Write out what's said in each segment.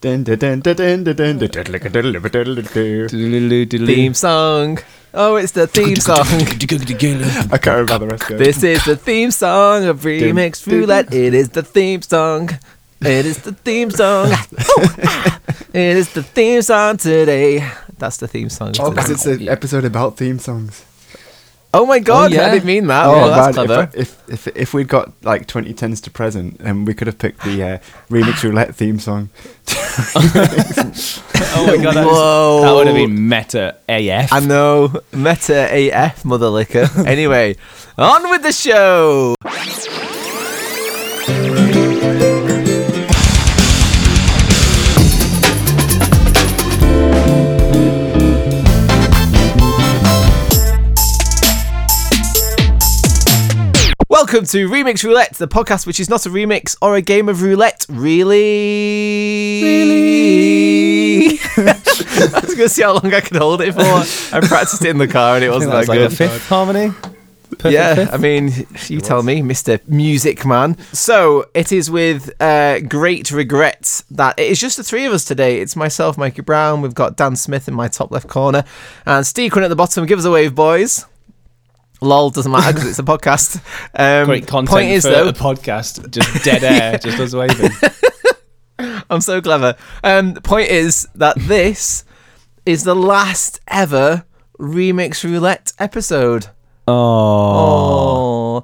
Dun, dun, dun, dun, dun, dun, dun, dun, dun, dun, dun, dun, dun, dun. Theme song. Oh, it's the theme song. I can't remember the rest of it. This is the theme song of Remix Roulette. It is the theme song. It is the theme song. Ooh, ah. it is the theme song today. That's the theme song. Oh, because it's an episode about theme songs. Oh my god, I yeah. didn't mean that. Oh, well, that's man, clever. If, if if if we'd got like 2010s to present, then we could have picked the uh, remix roulette theme song. Oh my god, that, was, Whoa. that would have been meta AF. I know. Meta AF, mother liquor. anyway, on with the show. Welcome to Remix Roulette, the podcast which is not a remix or a game of roulette, really. Really? I was going to see how long I could hold it for. I practiced it in the car and it wasn't that was that like a good. fifth harmony. Perfect yeah, fifth. I mean, you tell me, Mr. Music Man. So it is with uh, great regret that it is just the three of us today. It's myself, Mikey Brown. We've got Dan Smith in my top left corner, and Steve Quinn at the bottom. Give us a wave, boys. Lol doesn't matter because it's a podcast. Um, Great content Point is for though, a podcast. Just dead air, just us waving. I'm so clever. Um, the point is that this is the last ever remix roulette episode. Oh.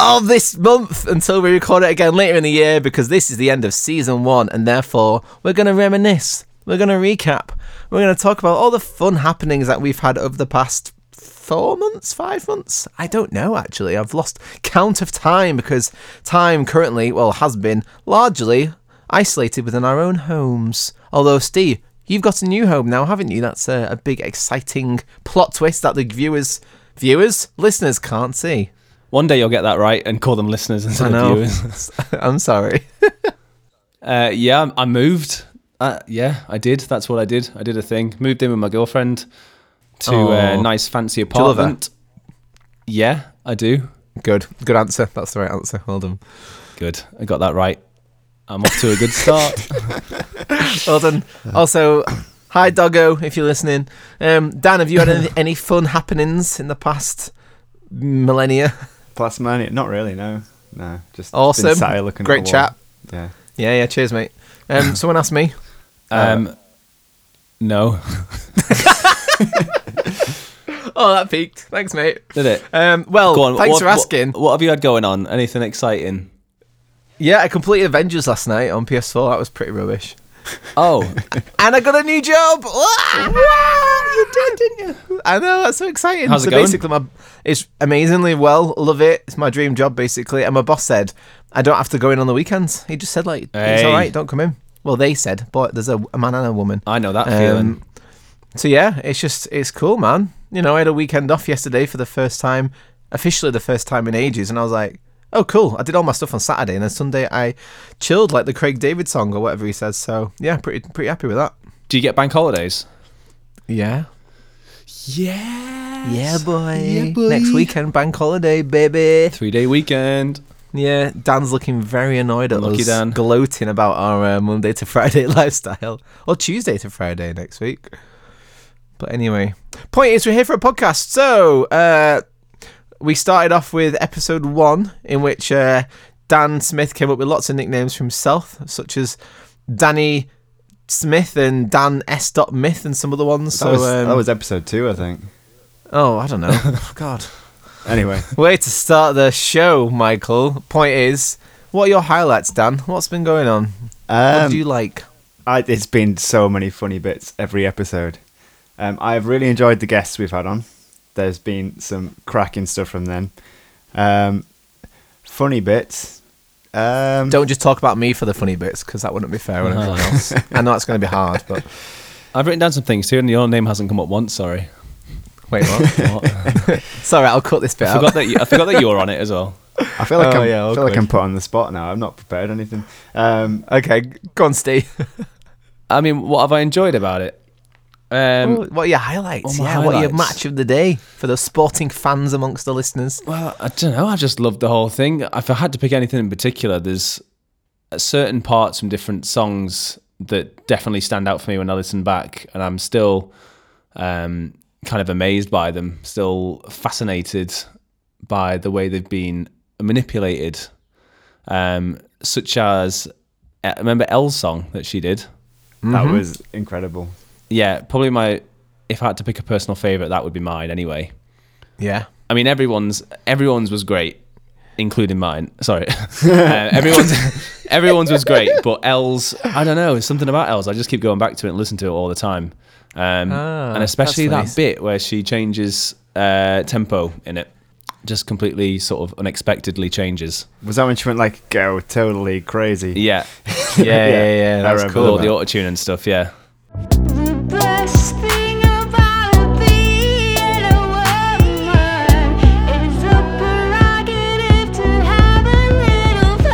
Oh. Of this month until we record it again later in the year because this is the end of season one and therefore we're going to reminisce. We're going to recap. We're going to talk about all the fun happenings that we've had over the past four months, five months. I don't know actually. I've lost count of time because time currently, well, has been largely isolated within our own homes. Although, Steve, you've got a new home now, haven't you? That's a, a big, exciting plot twist that the viewers, viewers, listeners can't see. One day you'll get that right and call them listeners I instead of know. viewers. I'm sorry. Uh, yeah, I'm- I moved. Uh, yeah, I did. That's what I did. I did a thing. Moved in with my girlfriend to Oh. a nice fancy you love her? apartment. Yeah, I do. Good, good answer. That's the right answer. Well done. Good. I got that right. I'm off to a good start. Well done. Also, hi Doggo, if you're listening. Um, Dan, have you had any, any fun happenings in the past millennia? Plus, man, not really. No, no. Just been Awesome. sat here looking at Great the wall. chat. Yeah. Yeah, yeah. Cheers, mate. Um, someone asked me. Um, no, Oh, that peaked. Thanks, mate. did it? Um, well, Go on. thanks what- for asking. What, what have you had going on? Anything exciting? yeah, I completed Avengers last night on PS4. That was pretty rubbish. Oh, And I got a new job. you did, didn't you? Ah! I know. That's so exciting. How's it so going? Basically, my it's amazingly well. Love it. It's my dream job, basically. And my boss said I don't have to go in on the weekends. He just said like it's Hey. all right. Don't come in. Well, they said, but there's a, a man and a woman. I know that Um, feeling. So yeah, it's just it's cool, man. You know, I had a weekend off yesterday for the first time, officially the first time in ages, and I was like, oh cool. I did all my stuff on Saturday, and then Sunday I chilled like the Craig David song or whatever he says. So yeah, pretty pretty happy with that. Do you get bank holidays? Yeah. Yeah. Yeah, boy. Next weekend, bank holiday, baby. Three day weekend. Yeah, Dan's looking very annoyed at Lucky us Dan. gloating about our uh, Monday to Friday lifestyle, or Tuesday to Friday next week. But anyway, point is, we're here for a podcast. So uh, we started off with episode one, in which uh, Dan Smith came up with lots of nicknames for himself, such as Danny Smith and Dan S. Dot Myth, and some other ones. That, so was, um, that was episode two, I think. oh, I don't know, God. Anyway, Way to start the show, Michael. Point is, what are your highlights, Dan? What's been going on? what um, do you like? I, it's been so many funny bits every episode. Um, I've really enjoyed the guests we've had on. There's been some cracking stuff from them. Um, funny bits. Um, Don't just talk about me for the funny bits, because that wouldn't be fair on everyone else. I know it's going to be hard, but I've written down some things too, and your name hasn't come up once. Sorry. wait, what? What? Sorry, I'll cut this bit I out. forgot that you, I forgot that you're on it as well. I feel like Oh, I'm, yeah, I feel like awkward. I'm put on the spot now. I'm not prepared anything. Um, Okay, go on, Steve. I mean, what have I enjoyed about it? Um, what are your highlights? what are my yeah, what are your highlights? match of the day for the sporting fans amongst the listeners? well, I don't know. I just loved the whole thing. If I had to pick anything in particular, there's certain parts from different songs that definitely stand out for me when I listen back, and I'm still um, kind of amazed by them, still fascinated by the way they've been manipulated. Um, such as, uh, remember Elle's song that she did? Mm-hmm. That was incredible. Yeah, probably my, if I had to pick a personal favourite, that would be mine anyway. Yeah. I mean, everyone's everyone's was great, including mine. Sorry, uh, everyone's everyone's was great, but Els, I don't know, there's something about Els. I just keep going back to it and listen to it all the time, um, Ah, and especially that that's nice. bit where she changes uh, tempo in it, just completely sort of unexpectedly changes. Was that when she went like go totally crazy? Yeah, yeah, yeah, yeah. I That's remember cool. that. The auto tune and stuff. Yeah, The best thing about being a woman is a prerogative to have a little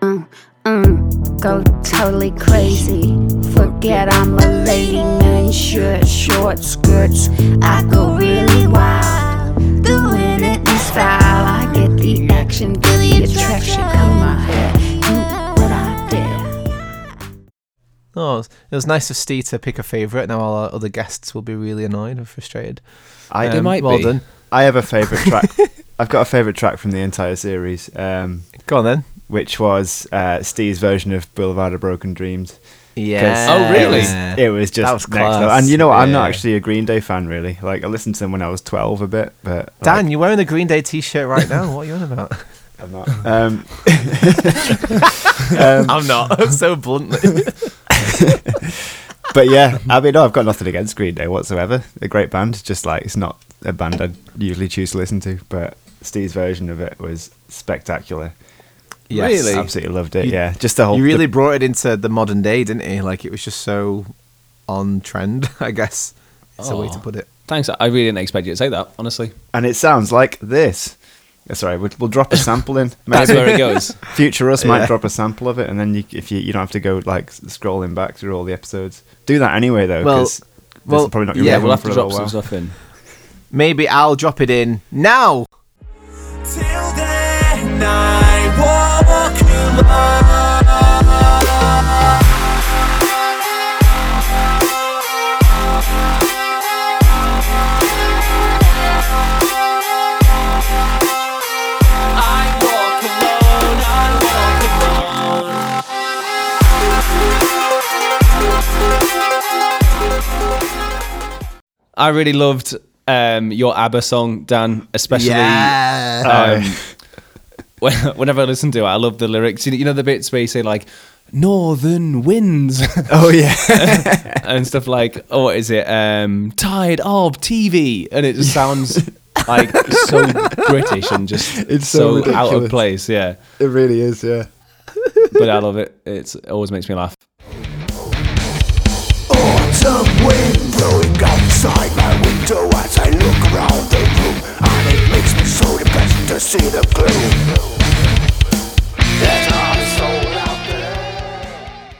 fun. Mm, go totally crazy. Forget I'm a lady, man shirt, short skirts. I go really wild, doing it in style. I get the action, feel the attraction. Comb my hair, do what I dare. Oh, it was- it was nice of Steve to pick a favourite. Now all our other guests will be really annoyed and frustrated. I Um, might well be. done. I have a favorite track. I've got a favorite track from the entire series, um, Go on then. which was uh, Steve's version of Boulevard of Broken Dreams. 'Cause Oh, really? It was, it was just That was next level. class. And you know what? I'm Yeah. not actually a Green Day fan, really. Like I listened to them when I was 12 a bit, but like, Dan, you're wearing the Green Day t-shirt right now. What are you on about? I'm not. Um, I'm not. so bluntly. but yeah, I mean, no, I've got nothing against Green Day whatsoever. A great band, just like it's not a band I'd usually choose to listen to, but Steve's version of it was spectacular. Yes. Really? Absolutely loved it. You- yeah, just the whole. You the- really brought it into the modern day, didn't you? Like it was just so on trend, I guess. It's a way to Aw. put it. thanks. I really didn't expect you to say that. Honestly, and it sounds like this. Uh, Sorry, we'll, we'll drop a sample in. that's Maybe where it goes. future us might Yeah. drop a sample of it, and then you, if you you don't have to go like s- scrolling back through all the episodes. Do that anyway, though. Well, 'cause this well, is probably not gonna yeah, be We'll on have for to a drop little some while. stuff in. Maybe I'll drop it in now. Till then, I walk alone. I walk alone. I walk alone. I really loved um, your ABBA song, Dan, especially Yeah. um, when, whenever I listen to it. I love the lyrics. You know, you know the bits where you say like "Northern winds" Oh yeah. and stuff like, "Oh, what is it? Um, Tired of TV," and it just sounds like so British and just It's so so, out of ridiculous. place. Yeah, It really is, yeah. but I love it. It's, it always makes me laugh. Autumn wind blowing outside my window as I look around the room, and it makes me so depressed to see the gloom. There's not a soul out there.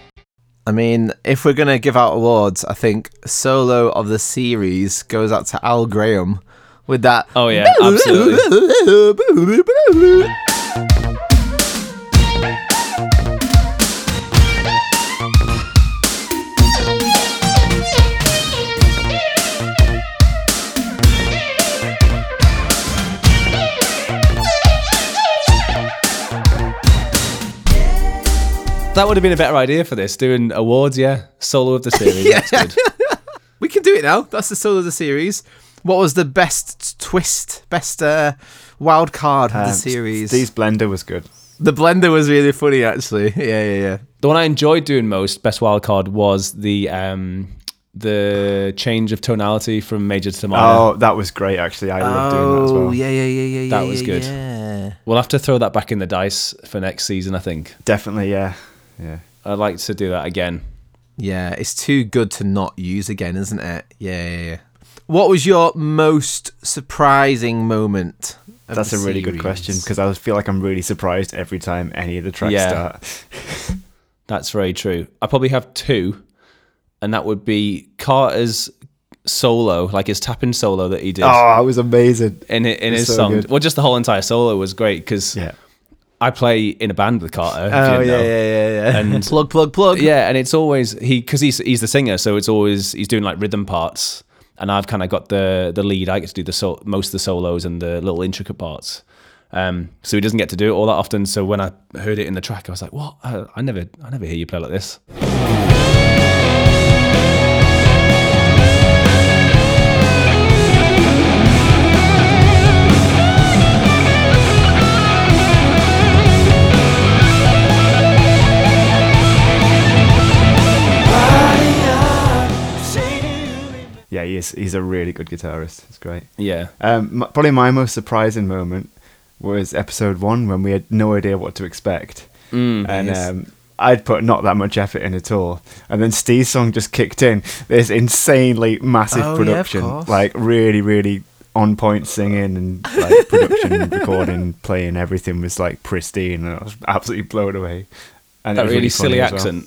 I mean, if we're gonna give out awards, I think solo of the series goes out to Al Graham with that. Oh yeah, absolutely. That would have been a better idea for this. Doing awards, yeah, solo of the series. That's good. We can do it now. That's the solo of the series. What was the best twist, best uh, wild card of the Um, series? Steve's blender was good. The blender was really funny, actually. Yeah, yeah, yeah. The one I enjoyed doing most, best wild card, was the um, the change of tonality from major to minor. Oh, that was great actually. I loved doing that as well. Oh, yeah, yeah, yeah, yeah. That yeah, was yeah, good. Yeah. We'll have to throw that back in the dice for next season. I think Definitely, yeah. Yeah. I'd like to do that again. Yeah, it's too good to not use again, isn't it? Yeah, yeah, yeah. What was your most surprising moment? of That's the a really good question series? because I feel like I'm really surprised every time any of the tracks Yeah. start. That's very true. I probably have two, and that would be Carter's solo, like his tapping solo that he did Oh, it was amazing. in hi- in it's his so song. good. Well, just the whole entire solo was great because Yeah. I play in a band with Carter. if you Oh didn't yeah, know. yeah, yeah, yeah. And Plug, plug, plug. yeah, and it's always he because he's he's the singer, so it's always he's doing like rhythm parts, and I've kind of got the the lead. I get to do the sol- most of the solos and the little intricate parts. Um, so he doesn't get to do it all that often. So when I heard it in the track, I was like, "What? I, I never, I never hear you play like this." yeah, he is, he's a really good guitarist. It's great. Yeah, Um, m- probably my most surprising moment was episode one when we had no idea what to expect, Mm, and um, I'd put not that much effort in at all. And then Steve's song just kicked in. This insanely massive Oh, yeah, of production, course. like really, really on point singing and like production, recording, playing. Everything was like pristine, and I was absolutely blown away. And it that was funny really, silly as well. accent.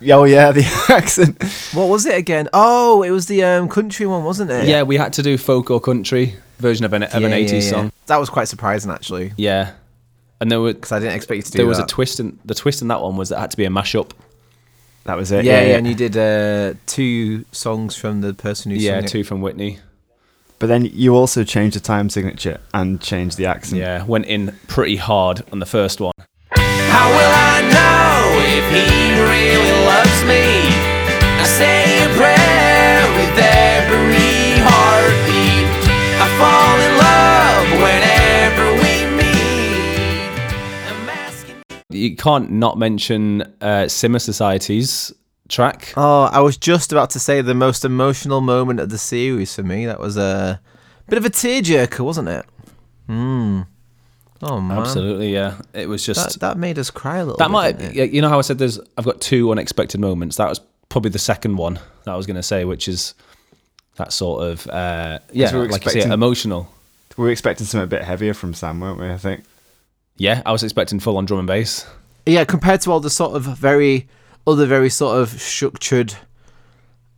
Yeah, Oh yeah, the accent. What was it again? Oh, it was the um, country one, wasn't it? Yeah, we had to do folk or country version of an of an Yeah, yeah, '80s yeah. song. That was quite surprising, actually, Yeah, and there were because I didn't expect you to do there was a that. twist in the twist in that one was that it had to be a mashup. That was it. yeah, yeah, and you did uh, two songs from the person who Yeah, sung it. two from Whitney. But then you also changed the time signature and changed the accent. Yeah, went in pretty hard on the first one. How will I know if he really loves me? I say a prayer with every heartbeat. I fall in love whenever we meet. I'm asking You can't not mention uh, Simmer Society's track. Oh, I was just about to say the most emotional moment of the series for me. That was a bit of a tearjerker, wasn't it? Hmm. Oh man, Absolutely, yeah. It was That, just that, that made us cry a little. bit, might. didn't it? yeah, You know how I said there's I've got two unexpected moments. That was probably the second one that I was going to say, which is that sort of uh, yeah, we were like you say, expecting- emotional. We were expecting something a bit heavier from Sam, weren't we? I think. Yeah, I was expecting full on drum and bass. yeah, compared to all the sort of very other very sort of structured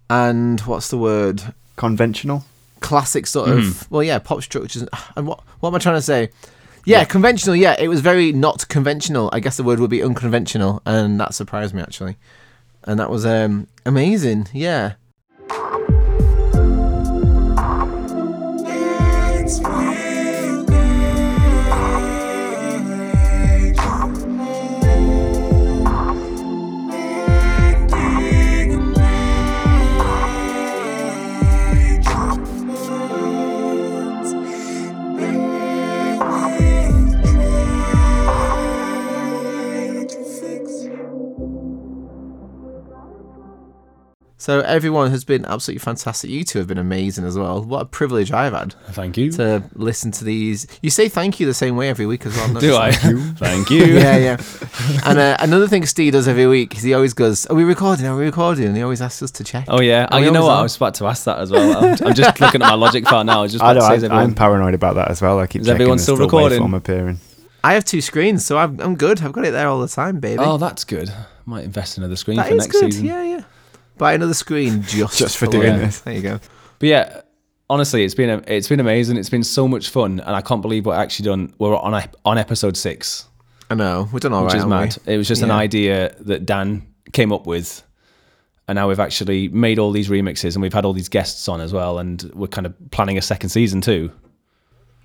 and what's the word Conventional. classic sort Mm-hmm. of well yeah pop structures and what what am I trying to say? Yeah, conventional. Yeah, it was very not conventional. I guess the word would be unconventional, and that surprised me actually. And that was um, amazing. Yeah. So everyone has been absolutely fantastic. You two have been amazing as well. What a privilege I've had Thank you. to listen to these. You say thank you the same way every week as well. Do I? Thank you. yeah, yeah. And uh, another thing Steve does every week is he always goes, "Are we recording? Are we recording?" And he always asks us to check. Oh yeah. Oh, we you know always what? are. I was about to ask that as well. I'm, I'm just looking at my logic file now. I was just I know. about to say, I, is everyone- I'm paranoid about that as well. I keep Is checking everyone there's still still recording? waveform appearing. I have two screens, so I'm I'm good. I've got it there all the time, baby. Oh, that's good. Might invest in another screen that for is next good. season. Yeah, yeah. Buy another screen just Just for doing it. this. There you go. But yeah, honestly, it's been it's been amazing. It's been so much fun, and I can't believe what I actually done. We're on a, on episode six, I know we're done all right. which is aren't mad. we? It was just an Yeah. idea that Dan came up with, and now we've actually made all these remixes, and we've had all these guests on as well, and we're kind of planning a second season too.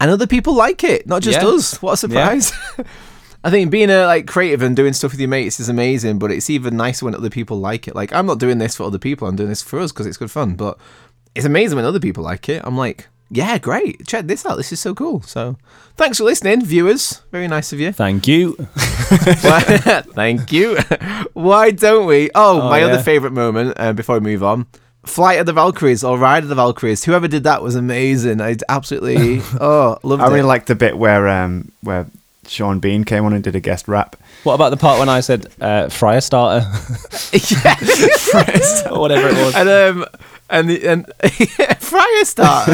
and other people like it, not just Yeah. us. What a surprise! I think being a like creative and doing stuff with your mates is amazing, but it's even nicer when other people like it. Like I'm not doing this for other people; I'm doing this for us because it's good fun. But it's amazing when other people like it. I'm like, yeah, great. Check this out. This is so cool. So thanks for listening, viewers. Very nice of you. Thank you. Why- Thank you. Why don't we? Oh, Oh, my other yeah. favorite moment uh, before we move on. Flight of the Valkyries or Ride of the Valkyries. Whoever did that was amazing. I absolutely oh loved I it. really liked the bit where um where Sean Bean came on and did a guest rap. What about the part when I said uh, fryer starter yeah. or whatever it was? and um and the, and Friar Star.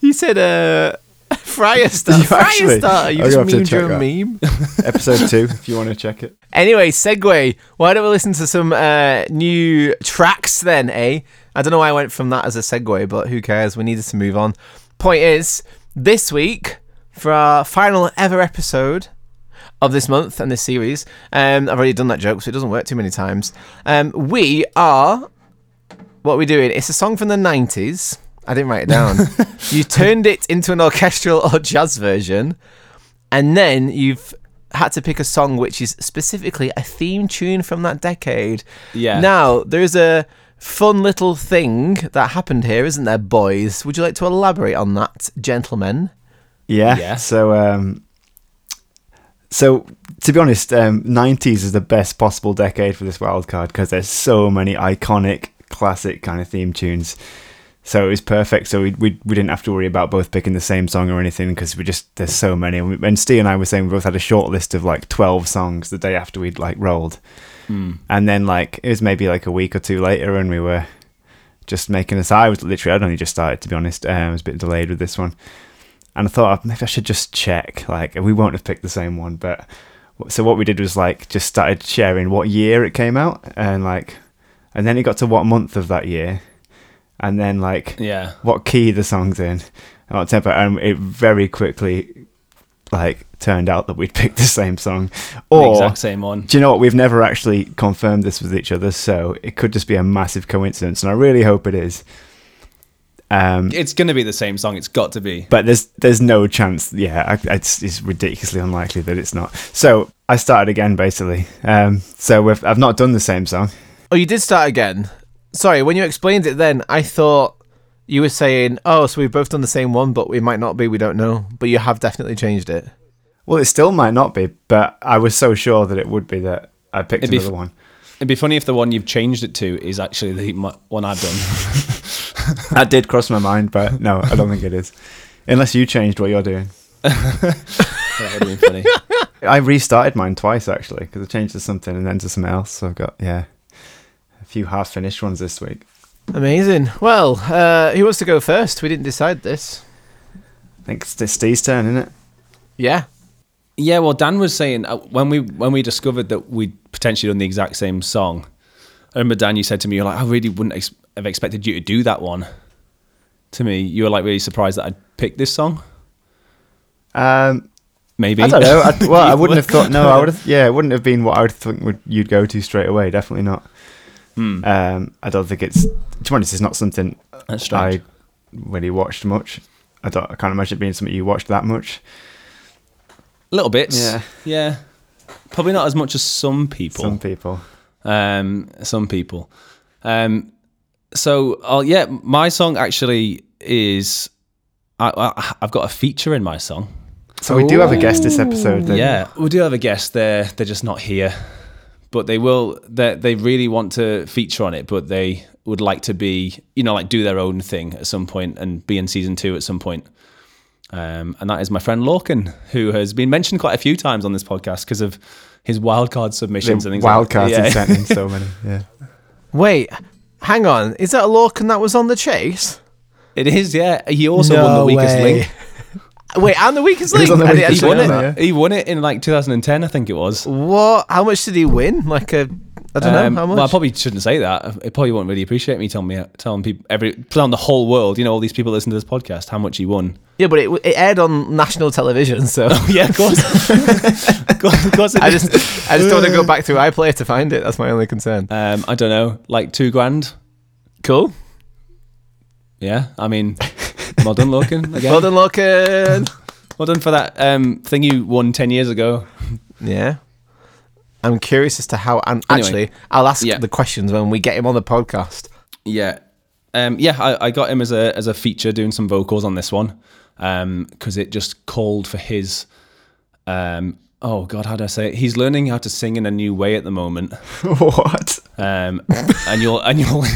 he said uh Friar Star. You Friar actually- Star. You I'm just gonna have to memed your check own that. meme. Episode two, if you want to check it. Anyway, segue. Why don't we listen to some uh, new tracks then, eh? I don't know why I went from that as a segue, but who cares? We needed to move on. Point is, this week, for our final ever episode of this month and this series, um, I've already done that joke, so it doesn't work too many times. Um, we are. What we're doing, it's a song from the 90s. I didn't write it down. you turned it into an orchestral or jazz version and then you've had to pick a song which is specifically a theme tune from that decade. Yeah. Now, there's a fun little thing that happened here, isn't there, boys? Would you like to elaborate on that, gentlemen? Yeah. Yeah. So, um, so to be honest, um, 90s is the best possible decade for this wild card because there's so many iconic, classic kind of theme tunes. So it was perfect. So we, we we didn't have to worry about both picking the same song or anything because we just there's so many. And, we, and Steve and I were saying we both had a short list of like 12 songs the day after we'd like rolled, and then like it was maybe like a week or two later, and we were just making this. I was literally I'd only just started to be honest. Um, I was a bit delayed with this one and I thought "Oh, maybe I should just check. Like we won't have picked the same one, but so what we did was like just started sharing what year it came out, and like, and then it got to what month of that year, and then like Yeah. what key the song's in, and what tempo, and it very quickly like turned out that we'd picked the same song, The Oh. or exact same one. do you know what? We've never actually confirmed this with each other, so it could just be a massive coincidence, and I really hope it is. Um, It's going to be the same song. It's got to be. but there's there's no chance. Yeah, I, it's it's ridiculously unlikely that it's not. So I started again basically. Um, so we've, I've not done the same song. Oh, you did start again. Sorry, when you explained it then, I thought you were saying, oh, so we've both done the same one, but we might not be, we don't know. But you have definitely changed it. Well, it still might not be, but I was so sure that it would be that I picked It'd be another f- one. It'd be funny if the one you've changed it to is actually the mi- one I've done. That did cross my mind, but no, I don't think it is. Unless you changed what you're doing. that would have been funny. I restarted mine twice actually because I changed to something and then to something else. So I've got yeah, a few half finished ones this week. Amazing. Well, uh, who wants to go first? We didn't decide this. I think it's it's Steve's turn, isn't it? Yeah. Yeah, well, Dan was saying uh, when we when we discovered that we'd potentially done the exact same song. I remember Dan, you said to me, "You're like, I really wouldn't ex- have expected you to do that one." To me, you were like really surprised that I'd picked this song. Um, Maybe I don't know. I, well, I wouldn't have thought. No, I would have. Yeah, it wouldn't have been what I would think would you'd go to straight away. Definitely not. Um, I don't think it's. To be honest, it's not something That's I strange. really watched much. I don't. I can't imagine it being something you watched that much. little bits. Yeah. yeah. Probably not as much as some people. Some people. um, some people. Um, so, i yeah, my song actually is. I, I, I've got a feature in my song. So we do have a guest this episode. Then. Yeah, we do have a guest. They're they're just not here, but they will. They they really want to feature on it, but they would like to be, you know, like do their own thing at some point and be in season two at some point. Um, and that is my friend Lorcan, who has been mentioned quite a few times on this podcast because of his wildcard submissions and The things. wild like that. cards yeah. Yeah. sent in so many. Yeah. Wait, hang on. Is that a Lorcan that was on the chase? It is, yeah. He also won the weakest link. Wait, and the weakest link. was on the I didn't weakest He actually won link, know wasn't that. it. He won it in like 2010, I think it was. What? How much did he win? Like a, I don't Um, know how much. Well, I probably shouldn't say that. It probably won't really appreciate me telling me telling people every telling the whole world, you know, all these people listen to this podcast, how much he won. yeah, but it, it aired on national television, so yeah, of course. of course, of course it I is. just I just don't want to go back through iPlayer to find it. That's my only concern. um, I don't know, like two grand. Cool. Yeah, I mean, well done, Logan. Again. Well done, Lorcan. Well done for that um, thing you won ten years ago. yeah. I'm curious as to how. And Anyway. actually, I'll ask Yeah. the questions when we get him on the podcast. Yeah. Um, yeah, I, I got him as a as a feature doing some vocals on this one because it just called for his. Um, oh God, how do I say it? He's learning how to sing in a new way at the moment, what? um, and you'll and you'll.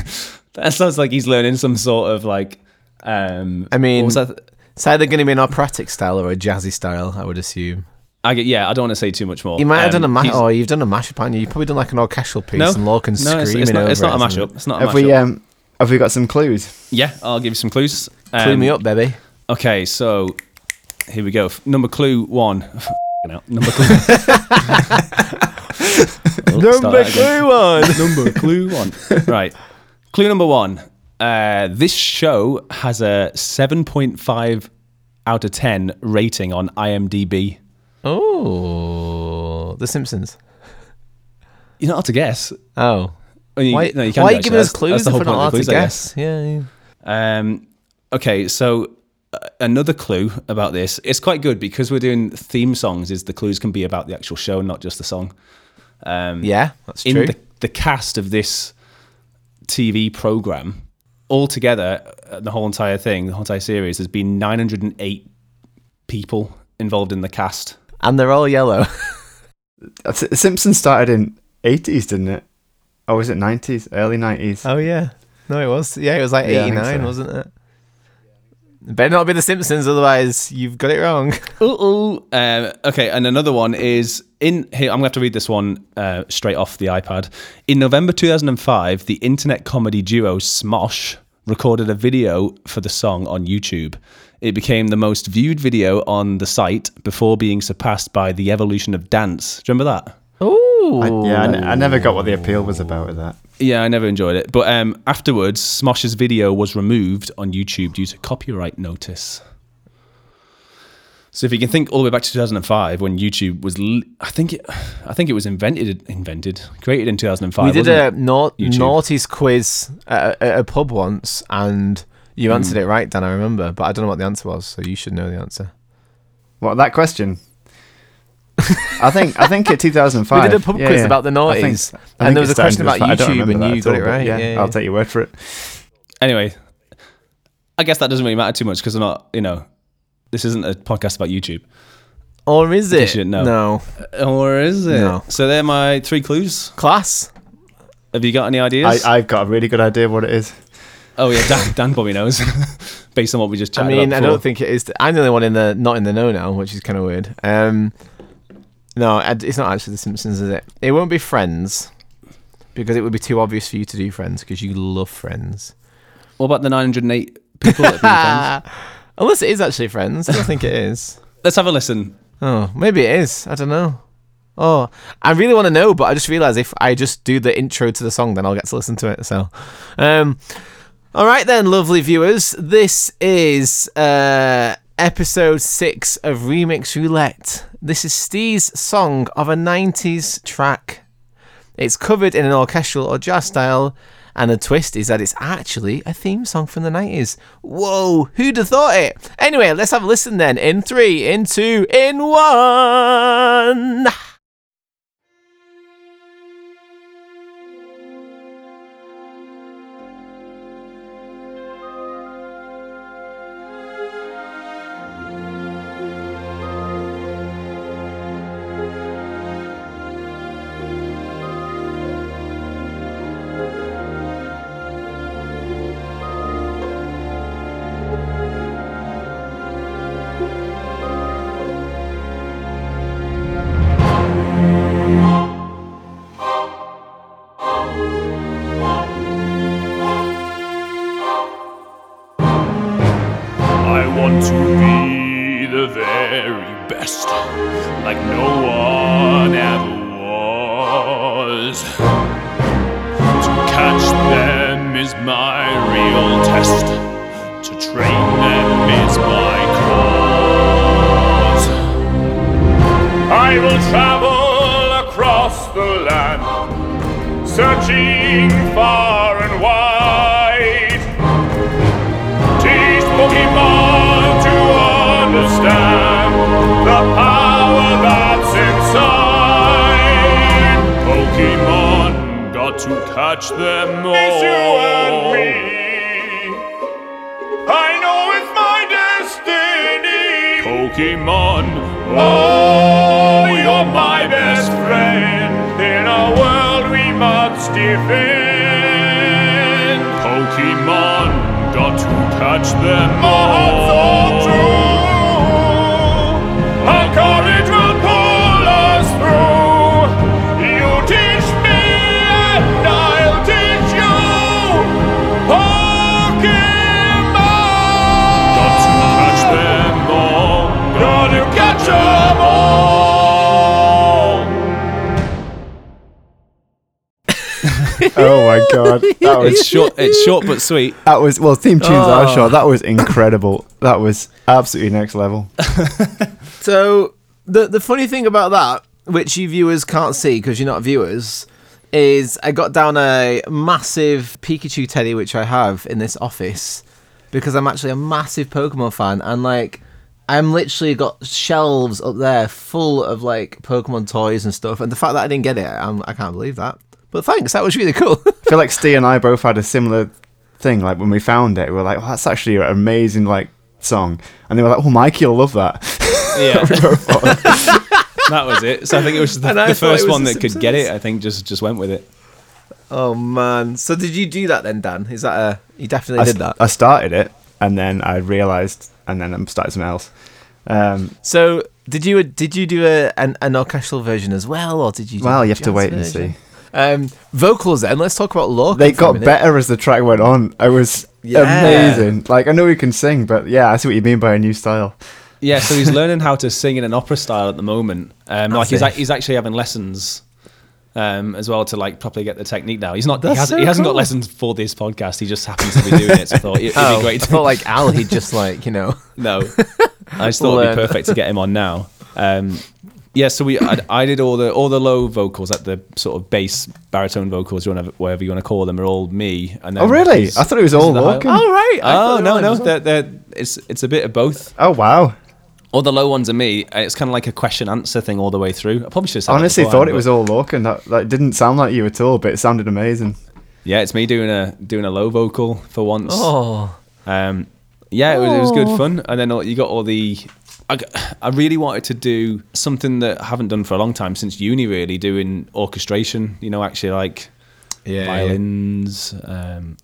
that sounds like he's learning some sort of like. Um, I mean- what was that? It's either going to be an operatic style or a jazzy style, I would assume. I get, yeah, I don't want to say too much more. You might have Um, done a mash. he's- Oh, you've done a mashup, haven't you? You've probably done like an orchestral piece No, and Lorcan no, screaming it's, it's not, over it's not it, a isn't it? mashup. It's not a Have mashup. we um? Have we got some clues? yeah, I'll give you some clues. Clue Um, me up, baby. Okay, so Here we go. F- Number clue one. F***ing hell. Number clue. Oh, start that again. one. number clue one. Right. Clue number one. Uh, this show has a 7.5 out of 10 rating on IMDb. Oh, The Simpsons. You're not allowed to guess. Oh, Well, you- why, no, you can why are you guess, giving that's- us that's clues the if whole we're not point allowed of the to clues, I guess? Yeah, yeah. Um, okay, so uh, another clue about this. It's quite good because we're doing theme songs. Is the clues can be about the actual show, and not just the song. Um, yeah, that's in true. the, the cast of this TV program altogether, uh, the whole entire thing, the whole entire series, there's been 908 people involved in the cast. and they're all yellow. That's it. Simpsons Uh, started in 80s, didn't it? Or was it 90s? Early 90s. oh yeah, no, it was. Yeah, it was like Yeah, I think 89, so. wasn't it? Better not be The Simpsons, otherwise you've got it wrong. Ooh, um, okay, and another one is in here. I'm gonna have to read this one uh, straight off the iPad. In November 2005, the internet comedy duo Smosh recorded a video for the song on YouTube. It became the most viewed video on the site before being surpassed by the evolution of dance. Do you remember that? Ooh, I, yeah, I, n- I never got what the appeal was about with that. Yeah, I never enjoyed it. But um, afterwards, Smosh's video was removed on YouTube due to copyright notice. So if you can think all the way back to 2005, when YouTube was, l- I think, it, I think it was invented, invented, created in 2005. we did wasn't a it? nau- YouTube. naughties quiz at a, at a pub once, and you answered it right, Dan. I remember, but I don't know what the answer was, so you should know the answer. What, that question? I think I think at 2005. We did a pub yeah, quiz yeah. about the I think- I noughties, and think there was it a question started about as that. I don't YouTube, remember and that you at got all, it but right. Yeah, Yeah, yeah. I'll take your word for it. Anyway, I guess that doesn't really matter too much because I'm not, you know, this isn't a podcast about YouTube, Or is case it? you didn't know. No, or is it? No. So they're my three clues. class. Have you got any ideas? I, I've got a really good idea what it is. oh yeah, Dan, Dan probably knows based on what we just I chatted mean, about I before. don't think it is. I'm the only one in the not in the know now, which is kind of weird. Um, no, I- it's not actually The Simpsons, is it? It won't be Friends because it would be too obvious for you to do Friends because you love Friends. What about the 908 people that have been friends? Uh, Unless it is actually Friends, I don't think it is. Let's have a listen. Oh, maybe it is. I don't know. Oh, I really want to know, but I just realised if I just do the intro to the song, then I'll get to listen to it. So, um, all right then, lovely viewers, this is uh, episode six of Remix Roulette. This is Steve's song of a '90s track. It's covered in an orchestral or jazz style, and the twist is that it's actually a theme song from the 90s. Whoa, who'd have thought it? Anyway, let's have a listen then. In three, in two, in one. I want to be the very best, like no one ever was. To catch them is my real test, to train them is my cause. I will travel across the land, searching far and wide. Teach Pokemon to understand the power that's inside. Pokemon got to catch them all. It's you and me. I know it's my destiny. Pokemon, oh, you're my best friend. In a world we must defend. Pokemon, got to catch them all. Our courage will pull us through. You teach me, and I'll teach you. Pokemon. Got to catch them all. Got, Oh my god, that It's was short. It's short but sweet. that was well theme tunes are Oh. short. That was incredible. That was absolutely next level. So the the funny thing about that, which you viewers can't see because you're not viewers, is I got down a massive Pikachu teddy which I have in this office because I'm actually a massive Pokemon fan and like I'm literally got shelves up there full of like Pokemon toys and stuff. And the fact that I didn't get it, I'm, I can't believe that. But thanks, that was really cool. I feel like Steve and I both had a similar thing. Like when we found it, we were like, "Oh, that's actually an amazing like song," and they were like, "Oh, Mikey will love that." Yeah. that was it. So I think it was the, And I the thought it first was one The that could get it. I think just just went with it. oh man! So did you do that then, Dan? Is that a you definitely I, did s- that? I started it, and then I realized, and then I started something else. Um, So did you did you do a, an, an orchestral version as well, or did you? Do well, the you have to jazz wait and version? see. Um, vocals. Then let's talk about Lorcan. They for a got minute. better as the track went on. It was Yeah. amazing. Like I know we can sing, but yeah, I see what you mean by a new style. Yeah, so he's learning how to sing in an opera style at the moment. Um, like he's it. ac he's actually having lessons um, as well to like properly get the technique now. He's not he That's hasn't, so he hasn't cool. got lessons for this podcast. He just happens to be doing it. So I thought it, would Oh, be great. I To, felt like Al. He just like you know. no, I just thought it'd Learn. be perfect to get him on now. Um, yeah, so we I, I did all the all the low vocals, like the sort of bass baritone vocals, whatever, whatever you want to call them, are all me. And then Oh really? these- I thought it was these all are the high- walking. All right. Oh no no, they're, they're, it's it's a bit of both. Oh wow! All the low ones are me. and It's kind of like a question answer thing all the way through. I probably should have said I that honestly beforehand, thought it but- was all Lorcan. That, that didn't sound like you at all, but it sounded amazing. Yeah, it's me doing a doing a low vocal for once. Oh. Um, yeah, it was, it was good fun. And then all- you got all the. I, g- I really wanted to do something that I haven't done for a long time since uni. Really, doing orchestration. You know, actually like Yeah. violins. Um,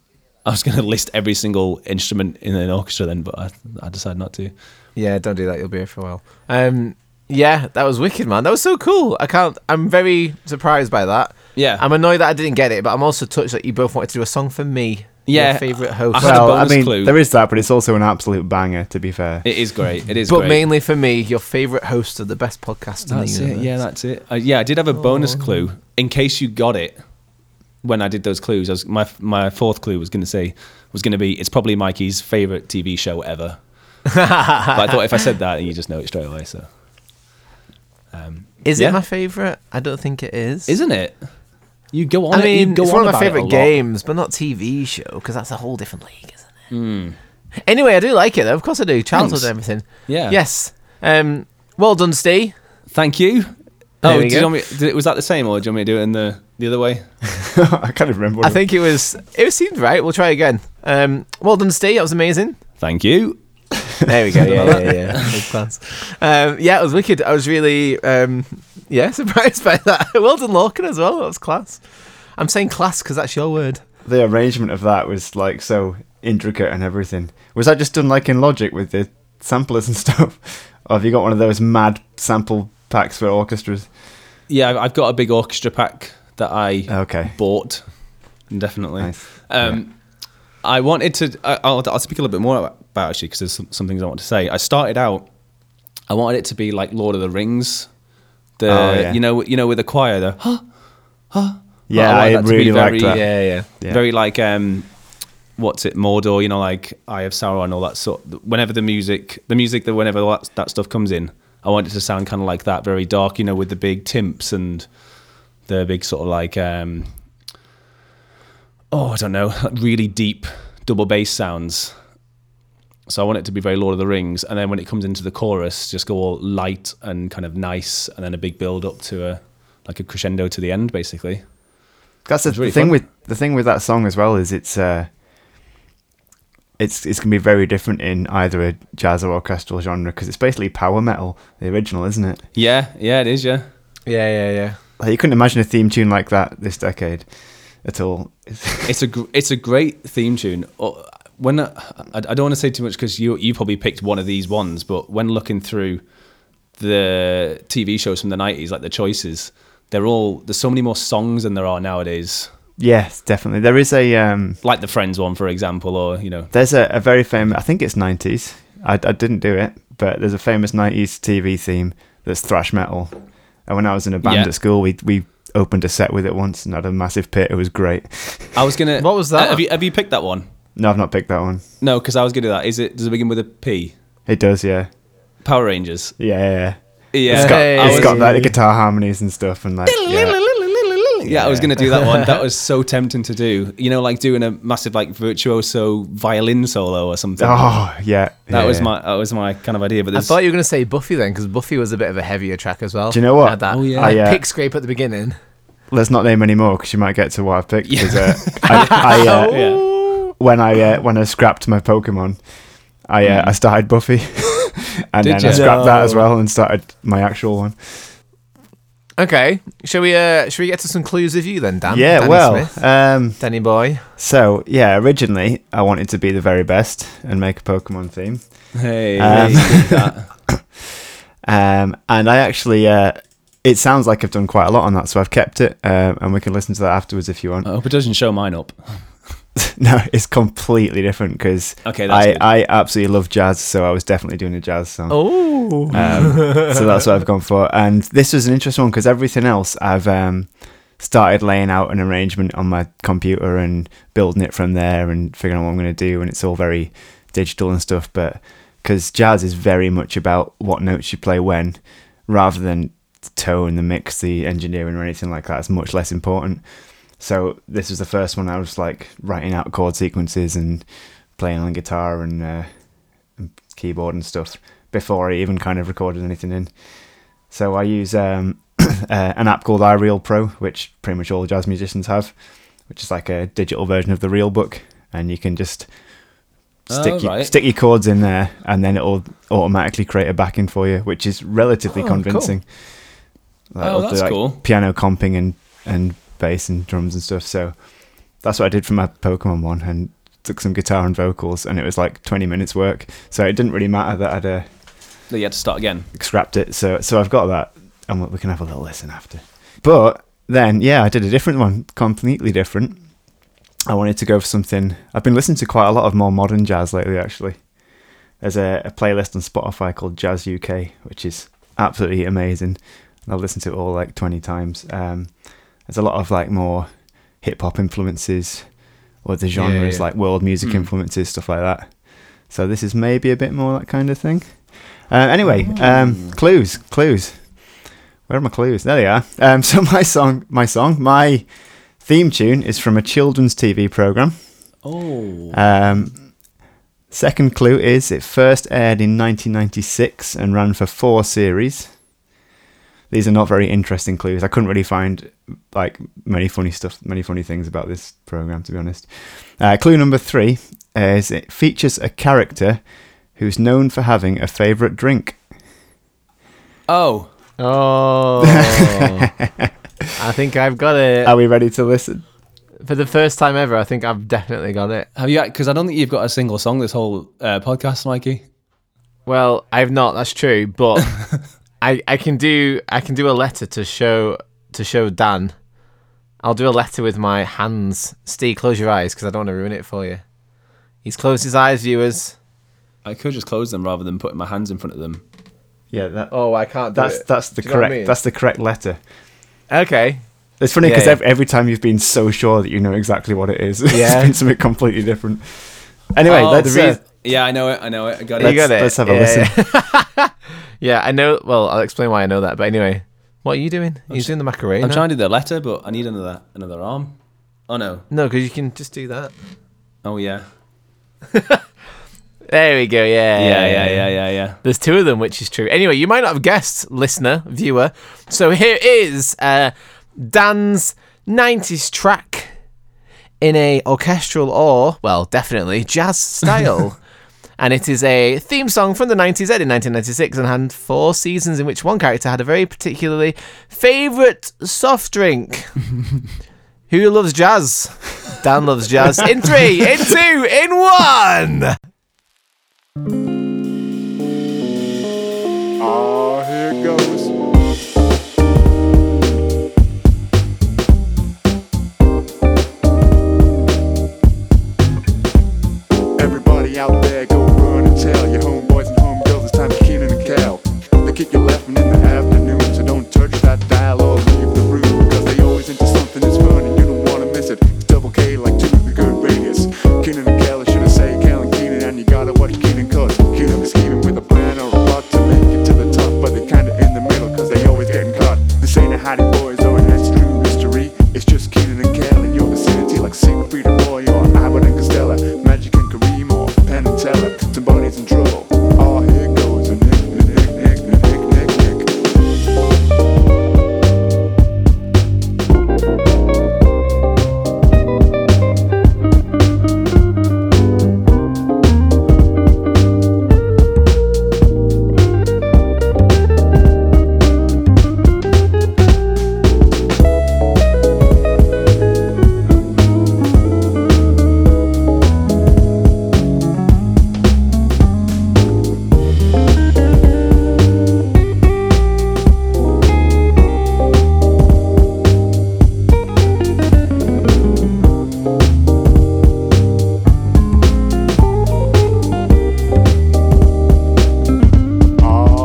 I was going to list every single instrument in an orchestra then, but I, I decided not to. Yeah, don't do that. You'll be here for a while. Um, yeah, that was wicked, man. That was so cool. I can't. I'm very surprised by that. Yeah. I'm annoyed that I didn't get it, but I'm also touched that you both wanted to do a song for me. Yeah, Your favorite host. I had a Well, I bonus mean, clue. there is that, but it's also an absolute banger. To be fair, It is great. It is. but great. mainly for me, your favorite host of the best podcast in That's the it. universe. Yeah, that's it. Uh, yeah, I did have a bonus Oh. clue in case you got it when I did those clues. I was, my my fourth clue was going to say was going to be it's probably Mikey's favorite TV show ever. but I thought if I said that, you just know it straight away. So Is Yeah. it my favorite? I don't think it is. isn't it? You go on. I it- you mean, go it's one on of my about it a favorite lot. games, but not TV show because that's a whole different league, isn't it? Anyway, I do like it though. Of course, I do. Childhood Thanks. and everything. Yeah. Yes. Um. Well done, Steve. Thank you. There oh, we did you go. want me, did, was that the same, or do you want me to do it in the the other way? I can't even remember. What I it- think it was. It seemed right. We'll try again. Um. Well done, Steve. That was amazing. Thank you. There we go. Yeah, yeah, yeah. Big class. Um, yeah, it was wicked. I was really, um, yeah, surprised by that. well done, Lorcan, as well. That was class. I'm saying class because that's your word. the arrangement of that was like so intricate and everything. Was that just done like in Logic with the samplers and stuff? or have you got one of those mad sample packs for orchestras? Yeah, I've- I've got a big orchestra pack that I Okay. bought. Definitely. Nice. Um, I wanted to. I, I'll, I'll speak a little bit more about actually because there's some, some things I want to say. I started out. I wanted it to be like Lord of the Rings. The Oh, yeah. you know you know with the choir the huh, Yeah, I I, like that to be really very- liked that. Yeah, yeah. Yeah. very like um what's it Mordor you know like Eye of Sauron all that sort. Whenever the music the music that whenever that, that stuff comes in, I want it to sound kind of like that, very dark. You know with the big timps and the big sort of like um oh I don't know really deep double bass sounds. So I want it to be very Lord of the Rings, and then when it comes into the chorus, just go all light and kind of nice, and then a big build up to a like a crescendo to the end, basically. That's the, It's really the thing fun. with the thing with that song as well is it's uh, it's it's gonna be very different in either a jazz or orchestral genre because it's basically power metal, the original, isn't it? Yeah, yeah, it is. Yeah, Yeah, yeah, yeah. Like, you couldn't imagine a theme tune like that this decade at all. it's a gr- it's a great theme tune. Oh, When I, I I don't want to say too much because you you probably picked one of these ones, but when looking through the TV shows from the nineties, like the choices, they're all there's so many more songs than there are nowadays. yes, definitely. There is a um, Like the Friends one, for example, or you know, There's a, a very famous, I think it's 90s. I, I didn't do it, but there's a famous 90s TV theme that's thrash metal. And when I was in a band Yeah. at school, we we opened a set with it once and had a massive pit. It was great. I was gonna. What was that? Uh, have you have you picked that one? No, I've not picked that one. No, because I was gonna do that. Is it? Does it begin with a P? It does, yeah, Power Rangers. yeah, yeah. yeah. Yeah, It's got Hey. I it's was- got like the guitar harmonies and stuff and like yeah. Yeah, I was gonna do that one. That was so tempting to do. You know, like doing a massive like virtuoso violin solo or something. Oh yeah, that yeah, was yeah. my that was my kind of idea. But I there's, thought you were going to say Buffy then, because Buffy was a bit of a heavier track as well. Do you know what? Had that Oh, oh, yeah. yeah. I, uh, pick scrape at the beginning. Let's not name any more because you might get to what I've picked. 'cause, uh, I, I, uh, When I uh, when I scrapped my Pokemon, I uh, I started Buffy, and Did then I ya? scrapped that as well and started my actual one. Okay, shall we? Uh, shall we get to some clues with you then, Dan? yeah, Danny well, Smith? um, Danny boy. so yeah, originally I wanted to be the very best and make a Pokemon theme. hey, Um, hey, did that. Um, and I actually, uh, it sounds like I've done quite a lot on that, so I've kept it, um, and we can listen to that afterwards if you want. I hope it doesn't show mine up. no, it's completely different because Okay, that's I, good. I absolutely love jazz, so I was definitely doing a jazz song. Oh, Um, so that's what I've gone for. And this was an interesting one because everything else I've um, started laying out an arrangement on my computer and building it from there and figuring out what I'm going to do. And it's all very digital and stuff. But because jazz is very much about what notes you play when rather than the tone, the mix, the engineering, or anything like that. It's much less important. So this was the first one I was like writing out chord sequences and playing on guitar and, uh, and keyboard and stuff before I even kind of recorded anything in. So I use um, uh, an app called iReal Pro, which pretty much all jazz musicians have, which is like a digital version of the Real Book, and you can just stick Oh, your, right. stick your chords in there, and then it'll automatically create a backing for you, which is relatively Oh, cool. convincing. Like, Oh, it'll do, that's like, cool. Piano comping and and bass and drums and stuff. So that's what I did for my Pokemon one, and took some guitar and vocals, and it was like 20 minutes work. So it didn't really matter that I'd uh, That you had to start again. scrapped it. So so I've got that, and we- we can have a little listen after. But then, yeah, I did a different one, completely different. I wanted to go for something. I've been listening to quite a lot of more modern jazz lately, actually. There's a, a playlist on Spotify called Jazz UK, which is absolutely amazing. And I've listened to it all like 20 times. Um, there's a lot of like more hip hop influences or the genres, yeah. Hmm. like world music influences, stuff like that. So this is maybe a bit more that kind of thing. Uh, anyway, Hmm. um, clues, clues. Where are my clues? There they are. Um, so my song, my song, my theme tune is from a children's TV program. Oh, Um, second clue is it first aired in 1996 and ran for four series. These are not very interesting clues. I couldn't really find like many funny stuff, many funny things about this program, to be honest. Uh, clue number three is it features a character who's known for having a favourite drink. oh, oh. I think I've got it Are we ready to listen? for the first time ever. I think I've definitely got it. have you? Because I don't think you've got a single song this whole uh, podcast, Mikey. Well, I've not. That's true, but I I can do I can do a letter to show to show Dan. I'll do a letter with my hands. Steve, close your eyes because I don't want to ruin it for you. He's closed his eyes, viewers. I could just close them rather than putting my hands in front of them. Yeah, that, Oh, I can't. Do that's it. that's the Do you know what I correct mean? that's the correct letter. okay. It's funny Yeah, because yeah. every, every time you've been so sure that you know exactly what it is, Yeah. it's been something completely different. Anyway, Oh, let's, the uh, reas- yeah, I know it. I know it. I got You it. got it. let's have a Yeah, listen. Yeah, I know. Well, I'll explain why I know that. But anyway, what are you doing? You're doing the macarena. I'm trying to do the letter, but I need another another arm. Oh no. No, because you can just do that. Oh yeah. There we go. Yeah. Yeah, yeah, yeah, yeah, yeah. There's two of them, which is true. Anyway, you might not have guessed, listener, viewer. So here is uh, Dan's 90s track in a orchestral or, well, definitely jazz style. and it is a theme song from the 90s, aired in 1996, and had four seasons in which one character had a very particularly favourite soft drink. Who loves jazz? Dan loves jazz. In three, in two, in one! Ah, here goes. Everybody out there, go run and tell your homeboys and homegirls it's time to kill in a cow. They kick your laughing in the afternoon, so don't touch that dial or leave the room, cause they all Ah, Ah,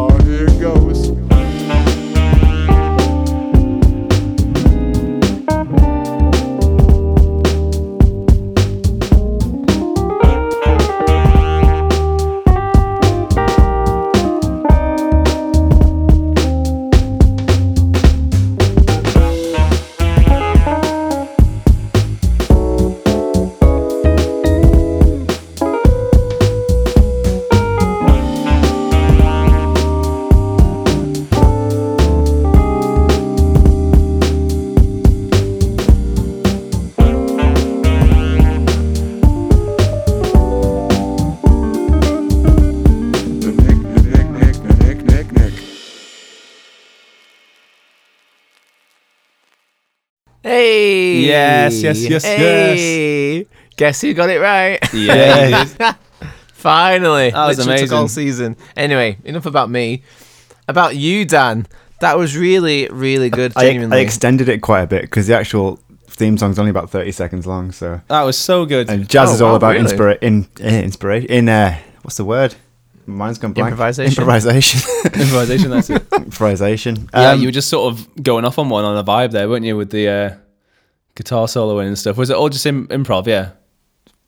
Hey. Yes, yes, yes, hey. yes. Guess who got it right? Yeah. Finally. That was Literally Took all amazing. season. Anyway, enough about me. About you, Dan. That was really, really good. I, Genuinely. I extended it quite a bit because the actual theme song's only about 30 seconds long. So that was so good. and jazz Oh, is all wow, about really? inspira- in, uh, inspiration. In uh, what's the word? Mine's gone blank. Improvisation? Improvisation. Improvisation, that's it. Improvisation. Yeah, Um, you were just sort of going off on one on a vibe there, weren't you, with the uh, guitar soloing and stuff? Was it all just Im- improv? Yeah.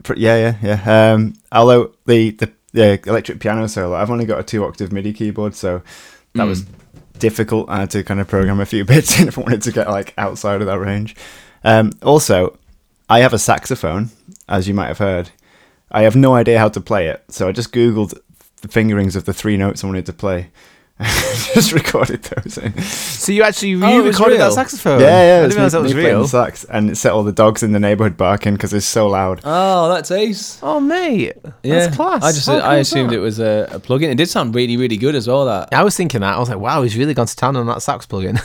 Pr- yeah, yeah, yeah. Um, although the, the the electric piano solo, I've only got a two octave MIDI keyboard, so that Mm. was difficult. I had to kind of program a few bits in if I wanted to get like outside of that range. Um, also, I have a saxophone, as you might have heard. I have no idea how to play it, so I just googled the fingerings of the three notes I wanted to play. just recorded those in. so you actually Oh, it you was recorded that real? saxophone. Yeah, yeah. I it's didn't realize me- that was me playing real. the sax, and it set all the dogs in the neighborhood barking because it's so loud. Oh, that's ace. Oh mate, that's class. I just How I cool is assumed that? it was a, a plugin. It did sound really really good as well. That I was thinking that I was like, wow, he's really gone to town on that sax plugin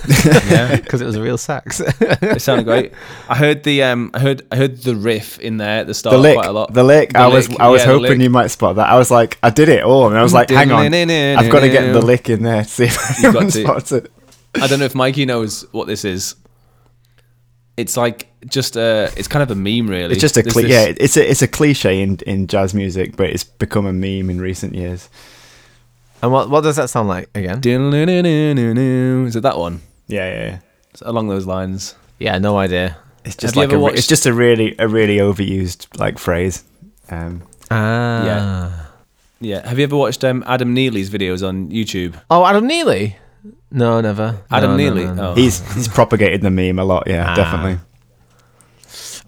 yeah, because it was a real sax. it sounded great. I heard the um I heard I heard the riff in there at the start the lick, quite a lot. the lick. I was, lick, I was yeah, the hoping lick. you might spot that. I was like, I did it all, and I was like, hang on, I've got to get the lick in there to see if You've got anyone to. spots it. I don't know if Mikey knows what this is. It's like just a it's kind of a meme really. It's just a There's cli- this- yeah, it's a it's a cliche in in jazz music, but it's become a meme in recent years. and what what does that sound like again? Is it that one? Yeah, yeah. yeah. It's along those lines. Yeah, no idea. It's just Have you like ever a, re- watched- it's just a really a really overused like phrase. Um, Ah. Yeah. Yeah. Have you ever watched um, Adam Neely's videos on YouTube? Oh, Adam Neely. No, never. Adam No, no, Neely. no, no. Oh. he's he's propagated the meme a lot. Yeah, definitely.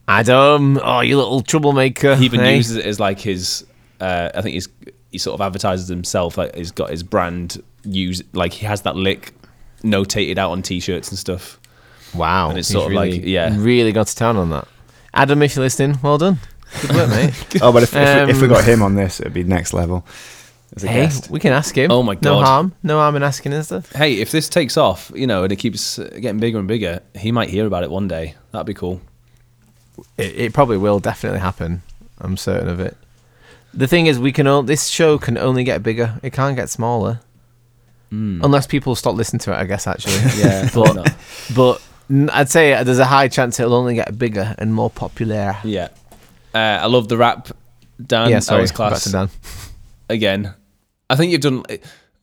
Adam. Oh, you little troublemaker. he even eh? uses it as like his uh, I think he's he sort of advertises himself like he's got his brand use like he has that lick notated out on t-shirts and stuff. Wow. And it's he's sort of like- really- yeah. Really got to town on that. Adam, if you're listening, well done. Good work, mate. Oh, but if, if, we, if we Um, got him on this, it'd be next level. As a hey, guest. we can ask him. Oh my No God. harm. No harm in asking, is there? Hey, if this takes off, you know, and it keeps uh, getting bigger and bigger, he might hear about it one day. That'd be cool. It, it probably will definitely happen. I'm certain of it. The thing is, we can o- this show can only get bigger. It can't get smaller, unless people stop listening to it. I guess actually, Hmm. Yeah, But- but but n- I'd say uh, there's a high chance it'll only get bigger and more popular. yeah. Uh, I love the rap Dan. yeah, that sorry, was back to class Dan. again. I think you've done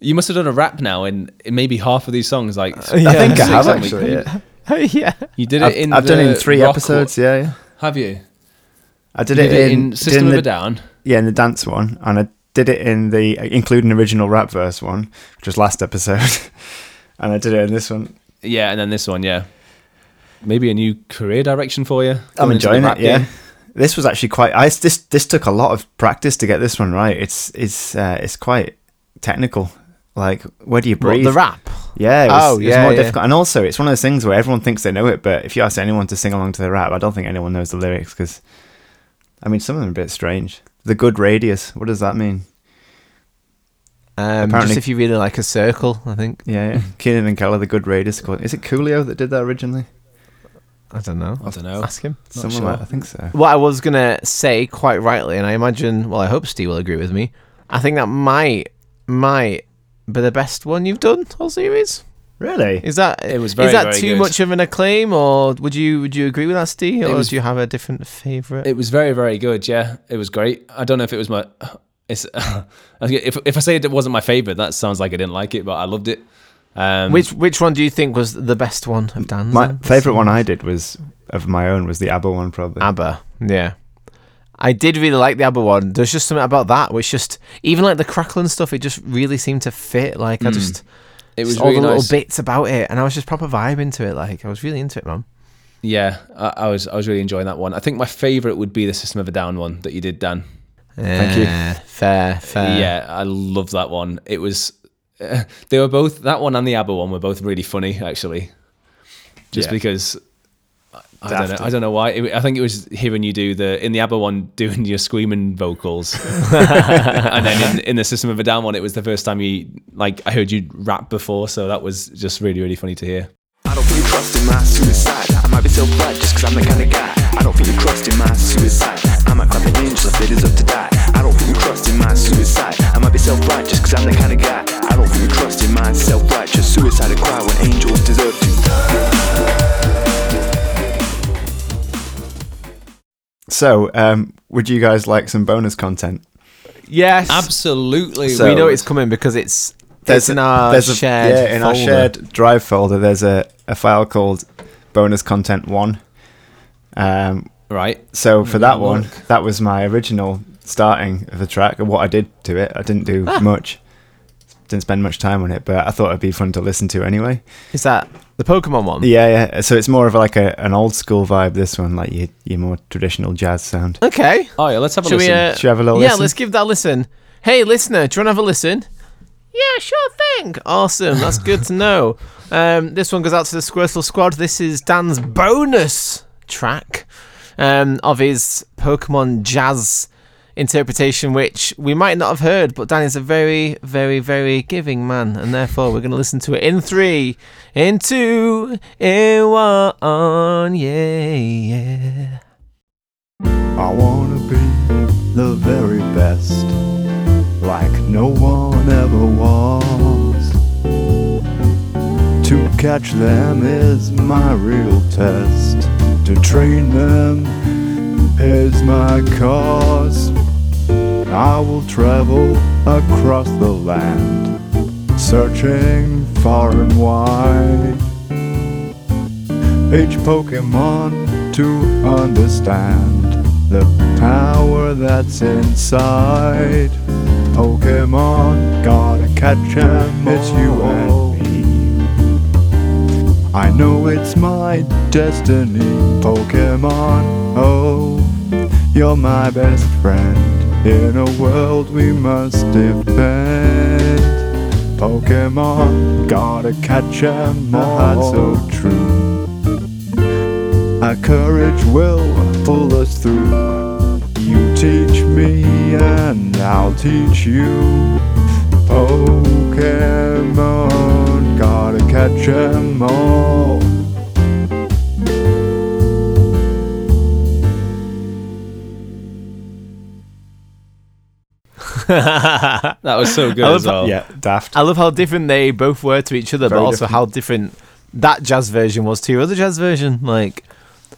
you must have done a rap now in, in maybe half of these songs like yeah. I think I six, have haven't we? actually. yeah. yeah, You did it I've, in I've done it in the three rock- episodes. Yeah, yeah. Have you? I did, You it, in, did System in of the a Down. Yeah, in the dance one, and I did it in the include an original rap verse one, which was last episode, and I did it in this one. Yeah, and then this one, yeah. Maybe a new career direction for you. I'm Going into the enjoying rap it. Yeah, game. this was actually quite. I this this took a lot of practice to get this one right. It's it's uh, it's quite technical. Like where do you What, breathe? the rap. Yeah, it was, Oh, it was yeah, more yeah. difficult. And also, it's one of those things where everyone thinks they know it, but if you ask anyone to sing along to the rap, I don't think anyone knows the lyrics because, I mean, some of them are a bit strange. The good radius. What does that mean? Um, just Apparently- if you really like a circle, I think. Yeah, yeah. Keenan and Keller, the good radius. Is it Coolio that did that originally? I don't know. I don't know. Ask him. Someone sure. like, I think so. What I was gonna say, quite rightly, and I imagine, well, I hope Steve will agree with me. I think that might might be the best one you've done whole series. Really? Is that It was very, is that very too good. much of an acclaim, or would you would you agree with that, Steve, or was- do you have a different favorite? It was very, very good. Yeah, it was great. I don't know if it was my. It's if if I say it wasn't my favorite, that sounds like I didn't like it, but I loved it. Um, which which one do you think was the best one of Dan's? My then? favorite one I did was of my own was the ABBA one probably. ABBA. Yeah. I did really like the ABBA one. There's just something about that which just, even like the crackling stuff, it just really seemed to fit. Like, I just, it was just all really the nice. little bits about it. And I was just proper vibing to it. Like, I was really into it, man. Yeah, I, I was I was really enjoying that one. I think my favorite would be the System of a Down one that you did, Dan. Thank you. Fair, fair. yeah, I love that one. It was. Uh, they were both that one and the ABBA one were both really funny actually, just Yeah. because. I- I don't Daft. know. I don't know why. It, I think it was hearing you do the in the ABBA one doing your screaming vocals, and then in, in the System of a Down one, it was the first time you like I heard you rap before, so that was just really really funny to hear. I don't put trust in my suicide. I'm might be so bright just cause I'm the kind of guy. I don't feel a crust in my suicide. I might find the angel if it is up to die. I don't feel a crust in my suicide. I might be self righteous cause I'm the kind of guy. I don't feel a crust in my self righteous suicide. I cry when angels deserve to So, um, would you guys like some bonus content? Yes. Absolutely. So- we know it's coming because it's it's in our there's a- shared yeah, in our folder. shared drive folder. There's a, a file called bonus content one. Um, right. so for that one, look. that was my original starting of the track and what I did to it. I didn't do much, didn't spend much time on it, but I thought it'd be fun to listen to anyway. Is that the Pokemon one? Yeah, yeah. So it's more of like a, an old school vibe. This one, like your your more traditional jazz sound. Okay. Oh yeah, let's have a Should we? listen. Uh, Should we have a little Yeah, listen? let's give that a listen. Hey, listener, do you want to have a listen? Yeah, sure thing. Awesome. That's good to know. Um, this one goes out to the Squirtle Squad. This is Dan's bonus track um, of his Pokemon Jazz interpretation, which we might not have heard, but Dan is a very, very, very giving man, and therefore we're going to listen to it in three, in two, in one. Yeah, yeah. I wanna be the very best, like no one ever was. To catch them is my real test, to train them is my cause. I will travel across the land, searching far and wide. Each Pokemon to understand the power that's inside. Pokemon, gotta catch 'em, it's you and me. I know it's my destiny. Pokemon, oh, you're my best friend. In a world we must defend. Pokemon, gotta catch 'em all, so true. Our courage will pull us through. You teach me, and I'll teach you. Pokemon, gotta catch 'em all. that was so good I as love- well. Yeah, daft. I love how different they both were to each other, Very but also different. how different that jazz version was to your other jazz version. Like,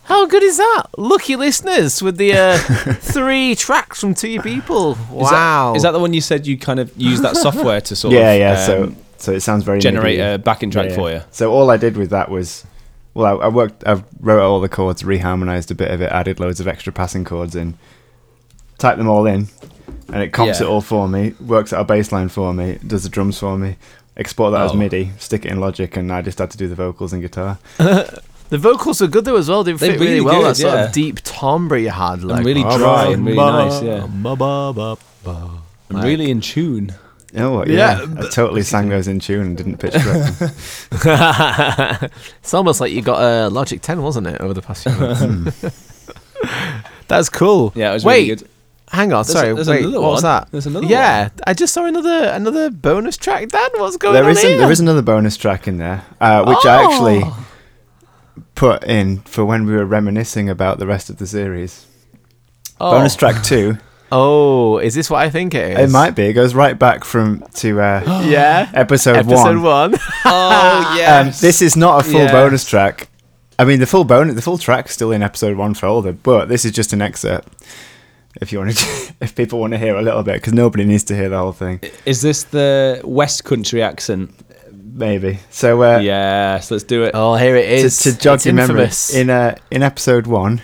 how good is that? Lucky listeners with the uh, three tracks from two people. Is Wow. That, is that the one you said you kind of use that software to sort yeah, of yeah. um, so so it sounds very generate medieval. a backing track Yeah, for yeah. you? So all I did with that was, well, I, I worked, I wrote all the chords, reharmonized a bit of it, added loads of extra passing chords in, typed them all in, and it comps Yeah. it all for me, works out a bass line for me, does the drums for me, export that as Oh. MIDI, stick it in Logic, and I just had to do the vocals and guitar. the vocals were good though as well. They, fit really, really well. good, that sort yeah. of deep timbre you had, like And really "Ba-ba, dry and really nice. Yeah, yeah. and really in tune. Oh yeah, I totally sang those in tune and didn't pitch correct. them. it's almost like you got a uh, Logic 10, wasn't it, over the past few months? That's cool. Hmm. Yeah, it was wait, really good. hang on. There's a- sorry, there's wait, another what one. was that? There's another Yeah, I just saw another another bonus track. Dan, what's going there on isn't. here? Oh. There is another bonus track in there, uh, which I actually put in for when we were reminiscing about the rest of the series. oh. Bonus track two. Oh, is this what I think it is? It might be. It goes right back from to uh, Yeah. episode, Episode one. one. Oh yeah. Um, this is not a full Yes. bonus track. I mean, the full bonus, the full track's still in episode one folder, but this is just an excerpt. If you want to, if people want to hear a little bit, because nobody needs to hear the whole thing, is this the West Country accent? maybe. So uh, Yes, let's do it. oh, here it to, is. to jog It's your memory, infamous. in uh, in episode one,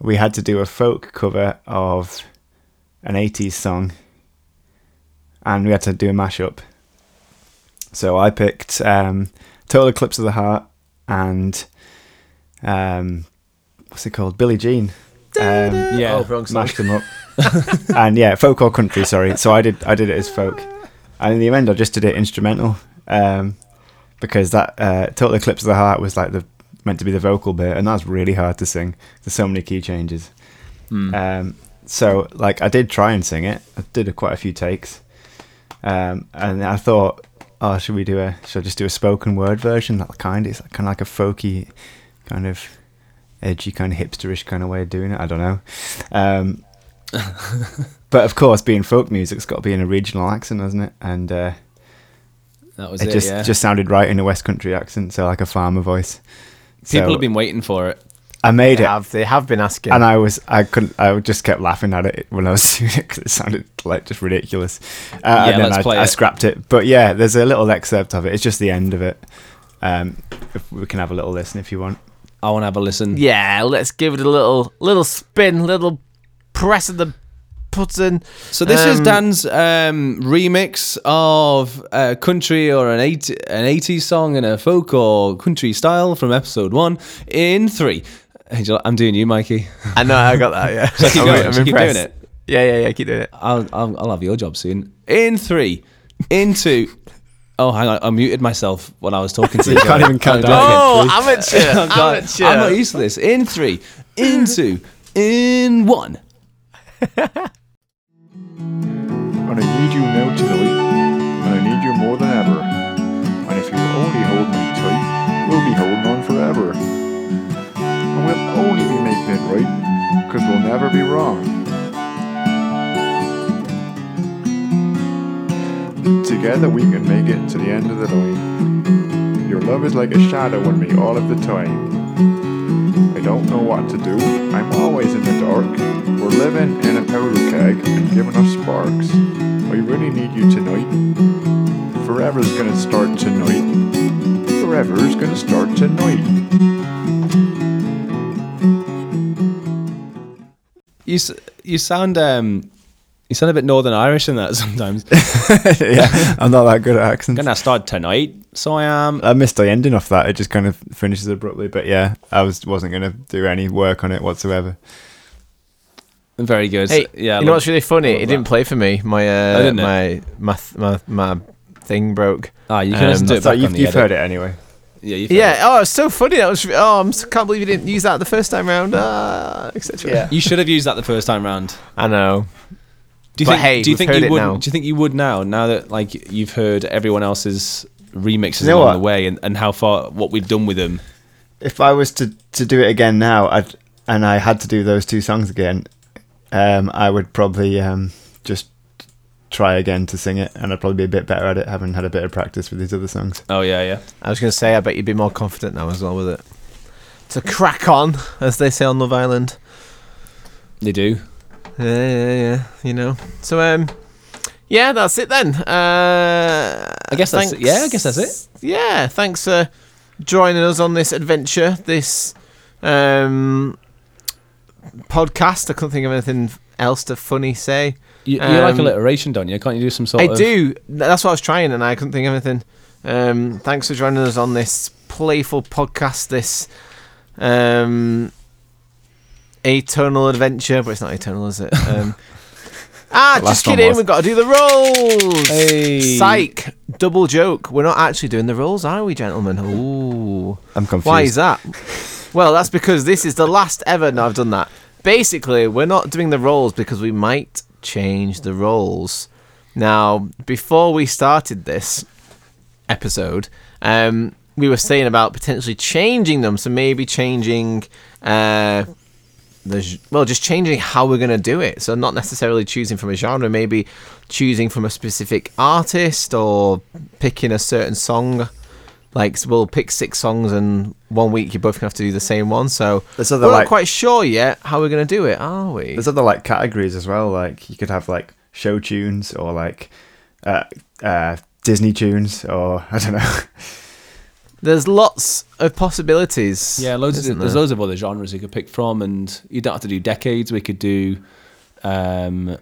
we had to do a folk cover of an '80s song, and we had to do a mashup. So I picked um, "Total Eclipse of the Heart" and um, what's it called, "Billie Jean." Um, yeah. Oh, wrong song. mashed them up, and yeah, folk or country. Sorry, so I did I did it as folk, and in the end I just did it instrumental, um, because that uh, total eclipse of the heart was like the meant to be the vocal bit, and that's really hard to sing. There's so many key changes. Hmm, Mm. Um, so like I did try and sing it. I did a, quite a few takes, um, and I thought, oh, should we do a should I just do a spoken word version? That kind. It's kind of like a folky kind of edgy, kind of hipsterish kind of way of doing it. I don't know. Um, but of course, being folk music, it's got to be in a regional accent, hasn't it? And uh, That was it, it. just yeah. just sounded right in a West Country accent, so like a farmer voice. people so- have been waiting for it. I made They it, have, they have been asking. and I was I couldn't I just kept laughing at it when I was doing it because it sounded like just ridiculous. Uh, and then let's I, play I it. scrapped it, but yeah, there's a little excerpt of it. It's just the end of it. Um, if we can have a little listen if you want. I want to have a listen. yeah, let's give it a little little spin, little press of the button. So this is Um, Dan's um, remix of a country or an eight an 80s song in a folk or country style from episode one in three. Angel, I'm doing you, Mikey. I know, I got that. Yeah, keep I'm, going, just keep doing impressed. it. Yeah, yeah, yeah. Keep doing it. I'll, I'll I'll have your job soon. In three, in two. Oh, hang on, I muted myself when I was talking to you. can't even count Oh, down. God. Oh, amateur, Oh, God. amateur. I'm not used to this. In three, in two, in one. And I need you now tonight, and I need you more than ever. And if you only hold me tight, we'll be holding on forever. And we'll only be making it right, cause we'll never be wrong. Together we can make it to the end of the night. Your love is like a shadow on me all of the time. I don't know what to do, I'm always in the dark. We're living in a powder keg and giving off sparks. I really need you tonight. Forever's gonna start tonight. Forever's gonna start tonight. You s- you sound um you sound a bit Northern Irish in that sometimes. yeah, I'm not that good at accents. Gonna start tonight, so I am. I missed the ending off that. It just kind of finishes abruptly. But yeah, I was wasn't gonna do any work on it whatsoever. Very good. Hey, yeah. you know look- what's really funny? love It didn't that. play for me. My Oh, uh, didn't it? my, my th- my my thing broke. Ah, you can listen Um, to So it back you've, on the you've edit. heard it anyway. Yeah, you've heard Yeah. it. Oh, it's so funny. That was. Oh, I'm so, can't believe you didn't use that the first time round. Uh, etc. Yeah. You should have used that the first time round. I know. Do you But think? hey, do you we've think heard you it would? now. Do you think you would now? Now that like you've heard everyone else's remixes You know along what? the way and, and how far what we've done with them. if I was to, to do it again now, I'd and I had to do those two songs again, um, I would probably um, just try again to sing it, and I'd probably be a bit better at it, having had a bit of practice with these other songs. Oh yeah, yeah. I was gonna say. I bet you'd be more confident now as well with it. To crack on, as they say on Love Island. They do. Yeah, yeah, yeah. You know. So um. Yeah, that's it then. Uh, I guess that's it. Yeah, I guess that's it. Yeah, thanks for joining us on this adventure, this um, podcast. I couldn't think of anything else to funny say. You, you like Um, alliteration, don't you? Can't you do some sort I of? do. That's what I was trying, and I couldn't think of anything. Um, thanks for joining us on this playful podcast, this um, eternal adventure. But it's not eternal, is it? Um, ah, last just one kidding. was. We've got to do the rolls. Hey. Psych. Double joke. We're not actually doing the rolls, are we, gentlemen? Ooh. I'm confused. Why is that? Well, that's because this is the last ever no, I've done that. Basically, we're not doing the roles because we might change the roles. Now, before we started this episode, um, we were saying about potentially changing them. So maybe changing uh, the g- well, just changing how we're going to do it. So not necessarily choosing from a genre, maybe choosing from a specific artist or picking a certain song. Like so we'll pick six songs, and one week you both have to do the same one. So There's other, we're not like- quite sure yet how we're going to do it, are we? There's other like categories as well. Like you could have like show tunes or like uh, uh, Disney tunes, or I don't know. There's lots of possibilities. Yeah, loads. isn't Of, there's there? loads of other genres you could pick from, and you don't have to do decades. We could do um,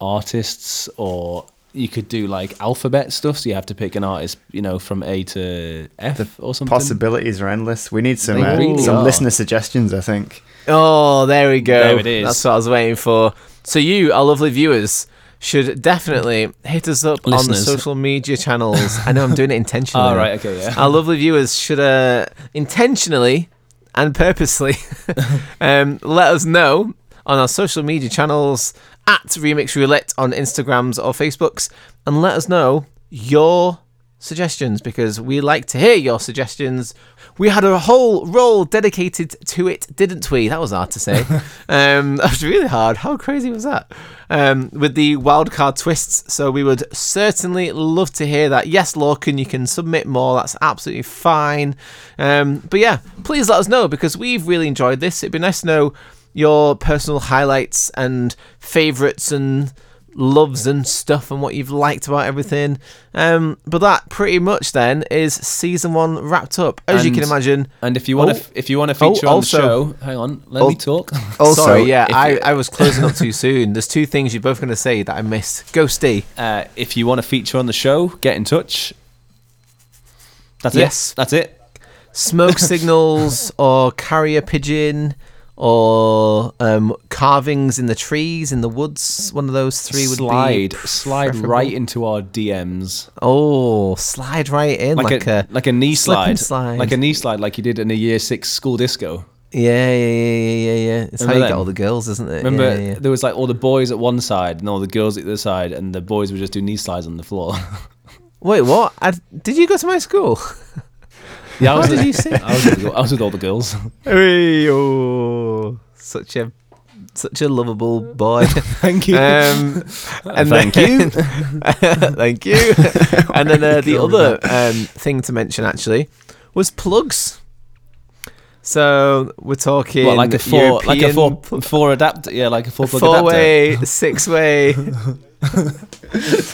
artists, or you could do like alphabet stuff. So you have to pick an artist, you know, from A to F or something. Possibilities are endless. We need some They uh, really some are. listener suggestions. I think. Oh, there we go. There it is. That's what I was waiting for. So you, our lovely viewers, should definitely hit us up on the Listeners. social media channels. I know I'm doing it intentionally. All right. Okay. Yeah. Our lovely viewers should uh, intentionally and purposely um, let us know on our social media channels at Remix Roulette on Instagrams or Facebooks and let us know your suggestions because we like to hear your suggestions. We had a whole role dedicated to it, didn't we? That was hard to say. um, that was really hard. How crazy was that? Um, with the wildcard twists. So we would certainly love to hear that. Yes, Lorcan, you can submit more. That's absolutely fine. Um, but yeah, please let us know because we've really enjoyed this. It'd be nice to know your personal highlights and favourites and loves and stuff and what you've liked about everything. Um, but that pretty much then is season one wrapped up. As you And- can imagine. And if you want Oh. to, if you want to Oh, feature also- oh, on the show, hang on, let me talk. Also, Sorry, yeah, if I, you- I was closing up too soon. There's two things you're both going to say that I missed. Go, Steve. Uh, if you want to feature on the show, get in touch. That's Yes. it. That's it. Smoke signals or carrier pigeon or um, carvings in the trees, in the woods. One of those three would slide, be slide preferable. right into our DMs, Oh, slide right in like, a, like a knee slip slide. and slide. like a knee slide, like you did in a year six school disco. yeah, yeah, yeah, yeah, yeah, yeah. It's how Remember you then? get all the girls, isn't it? Remember, Yeah, yeah. there was like all the boys at one side and all the girls at the other side, and the boys would just do knee slides on the floor. Wait, what? I, did you go to my school? yeah, I was, What with- did you say? I, was with, I was with all the girls. Hey, oh, such a such a lovable boy. Thank you. Um, and Thank you. thank you. And then uh, the other um, thing to mention actually was plugs. So we're talking What, like a four, like a four, European four adapter, yeah, like a four plug four adapter. way, six way. Just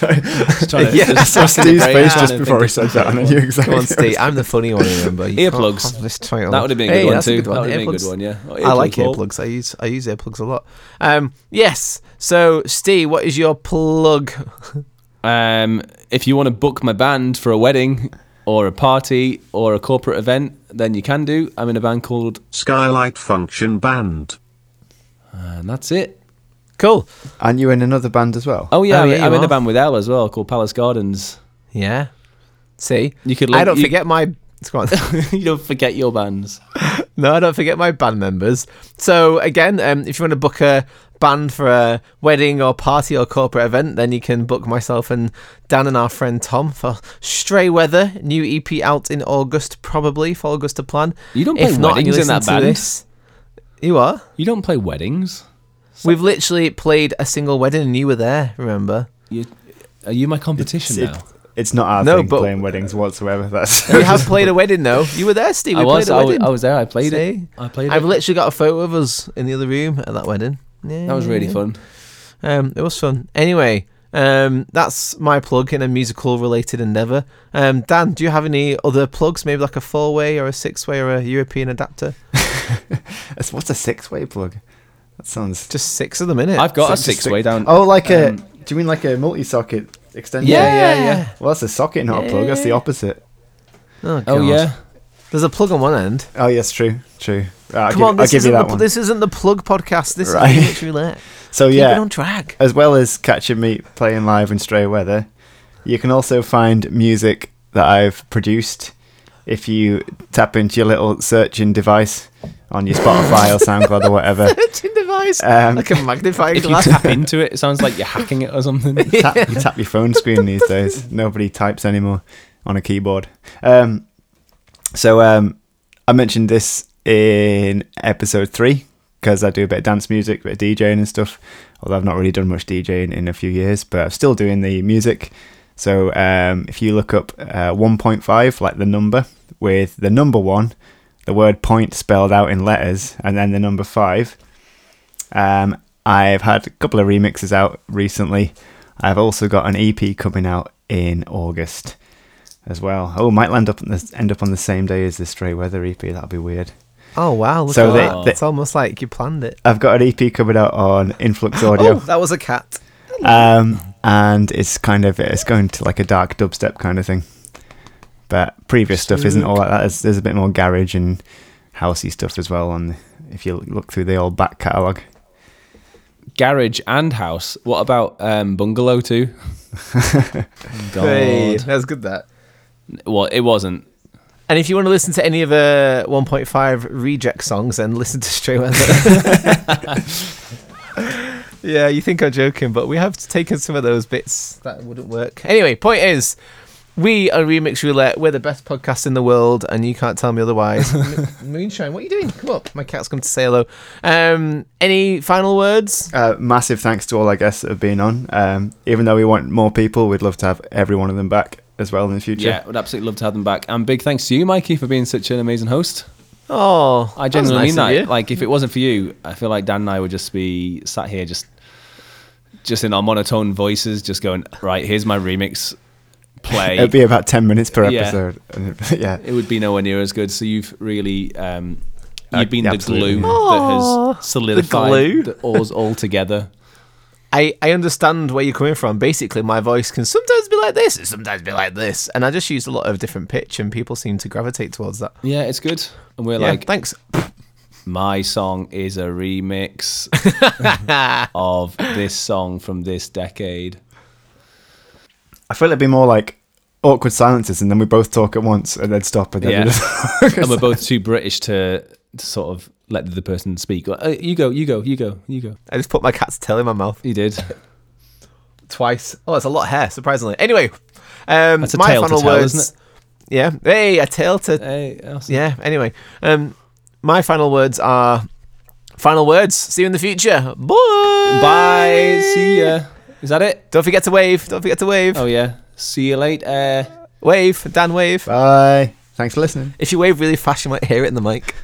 trying to- Yeah. just Saw trying to Steve's break face down just and before he think said of- that, and I knew exactly. Come on, Steve. I'm the funny one. Remember You can't Earplugs. have This title. That would have been a Hey, good one that's too. good That would have been a Earplugs. good one. Yeah, Or I like earplugs, Paul. earplugs. I use I use earplugs a lot. Um, yes. So, Steve, what is your plug? Um, if you want to book my band for a wedding or a party or a corporate event, then you can do. I'm in a band called, Skylight Function Band. and that's it. Cool. And you in another band as well. Oh yeah, Oh, I'm- yeah, you I'm in are. a band with Elle as well called Palace Gardens. Yeah. See, You could. I link- don't you- forget my. Go on. you don't forget your bands. No, I don't forget my band members. So again, um, if you want to book a band for a wedding or party or corporate event, then you can book myself and Dan and our friend Tom for Stray Weather, new EP out in August, probably for August to plan. You don't If play not, and you weddings in listen that to band. this- You are. You don't play weddings. We've literally played a single wedding, and you were there. Remember? You, are you my competition It's- now? It's not our No, thing but- playing weddings whatsoever. That's We have played a wedding, though. You were there, Steve. We I was, played a I was. wedding. I was there. I played it. See? I played I've it. literally got a photo of us in the other room at that wedding. Yeah, That was yeah, really yeah. fun. Um, it was fun. Anyway, um, that's my plug in a musical related endeavour. Um, Dan, do you have any other plugs? Maybe like a four way or a six way or a European adapter? That's- what's a six-way plug? That sounds. Just six of them in it. I've got a Six- six way down. Oh, like um, a. Do you mean like a multi-socket extension? Yeah, yeah, yeah. Well, that's a socket, not a plug. That's the opposite. Oh, Oh God. yeah. There's a plug on one end. Oh yes, true, true. Right, I'll Come give, I'll on, this give you isn't, the, that pl- one. this isn't the plug podcast. This Right. is Mitch Roulette. so Keep yeah, Uh, it on track. as well as catching me playing live in Stray Weather, you can also find music that I've produced if you tap into your little searching device on your Spotify or SoundCloud or whatever. Pitching device. Um, like a magnifying If you glass. tap into it, it sounds like you're hacking it or something. Tap, you tap your phone screen these days. Nobody types anymore on a keyboard. Um, so um, I mentioned this in episode three because I do a bit of dance music, bit of DJing and stuff. Although I've not really done much DJing in a few years, but I'm still doing the music. So um, if you look up uh, 1.5, like the number, with the number one, the word point spelled out in letters, and then the number five. Um, I've had a couple of remixes out recently. I've also got an EP coming out in August as well. Oh, might land up on the, end up on the same day as the Stray Weather EP. That'll be weird. Oh, wow. Look So at they- that. they- it's almost like you planned it. I've got an EP coming out on Influx Oh, Audio, that was a cat. um, and it's kind of it's going to like a dark dubstep kind of thing. But previous stuff isn't all like that. There's, there's a bit more garage and housey stuff as well. On if you look through the old back catalogue, Garage and house. What about um, bungalow too? Oh, God. Hey, that was good, that. Well, it wasn't. And if you want to listen to any of the 1.5 reject songs, then listen to Stray Weather. yeah, you think I'm joking, but we have taken some of those bits that wouldn't work. Anyway, point is, We are Remix Roulette. We're the best podcast in the world, and you can't tell me otherwise. Mo- Moonshine, what are you doing? Come up. My cat's come to say hello. Um, any final words? Uh, massive thanks to all our guests that have been on. Um, even though we want more people, we'd love to have every one of them back as well in the future. Yeah, would absolutely love to have them back. And big thanks to you, Mikey, for being such an amazing host. Oh, I genuinely was nice of mean you. that. Like, if it wasn't for you, I feel like Dan and I would just be sat here, just, just in our monotone voices, just going, right, here's my remix, play. It'd be about 10 minutes per Yeah. episode. yeah. it would be nowhere near as good. So you've really, um, Uh, you've been the absolutely, glue yeah. that has solidified glue? the us all together. I, I understand where you're coming from. Basically, my voice can sometimes be like this, and sometimes be like this, and I just use a lot of different pitch, and people seem to gravitate towards that. Yeah, it's good. And we're Yeah, like, thanks. my song is a remix of this song from this decade. I feel it'd be more like awkward silences and then we both talk at once and then stop and then Yeah. we just. and we're both too British to, to sort of let the other person speak. Uh, you go, you go, you go, you go. I just put my cat's tail in my mouth You did. twice. Oh, that's a lot of hair, surprisingly. Anyway, um, That's a my tail to final tell, words. isn't Yeah. Hey, a tail to it? Hey, awesome. yeah anyway um my final words are final words see you in the future bye Bye. See ya. Is that it? don't forget to wave don't forget to wave Oh yeah. See you later. wave dan wave Bye. Thanks for listening. if you wave really fast you might hear it in the mic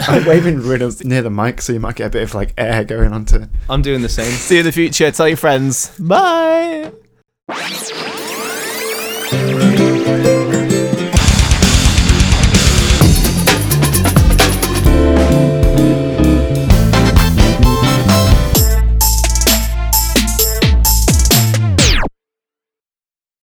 I'm waving really near the mic so you might get a bit of like air going onto it. I'm doing the same. see you in the future tell your friends bye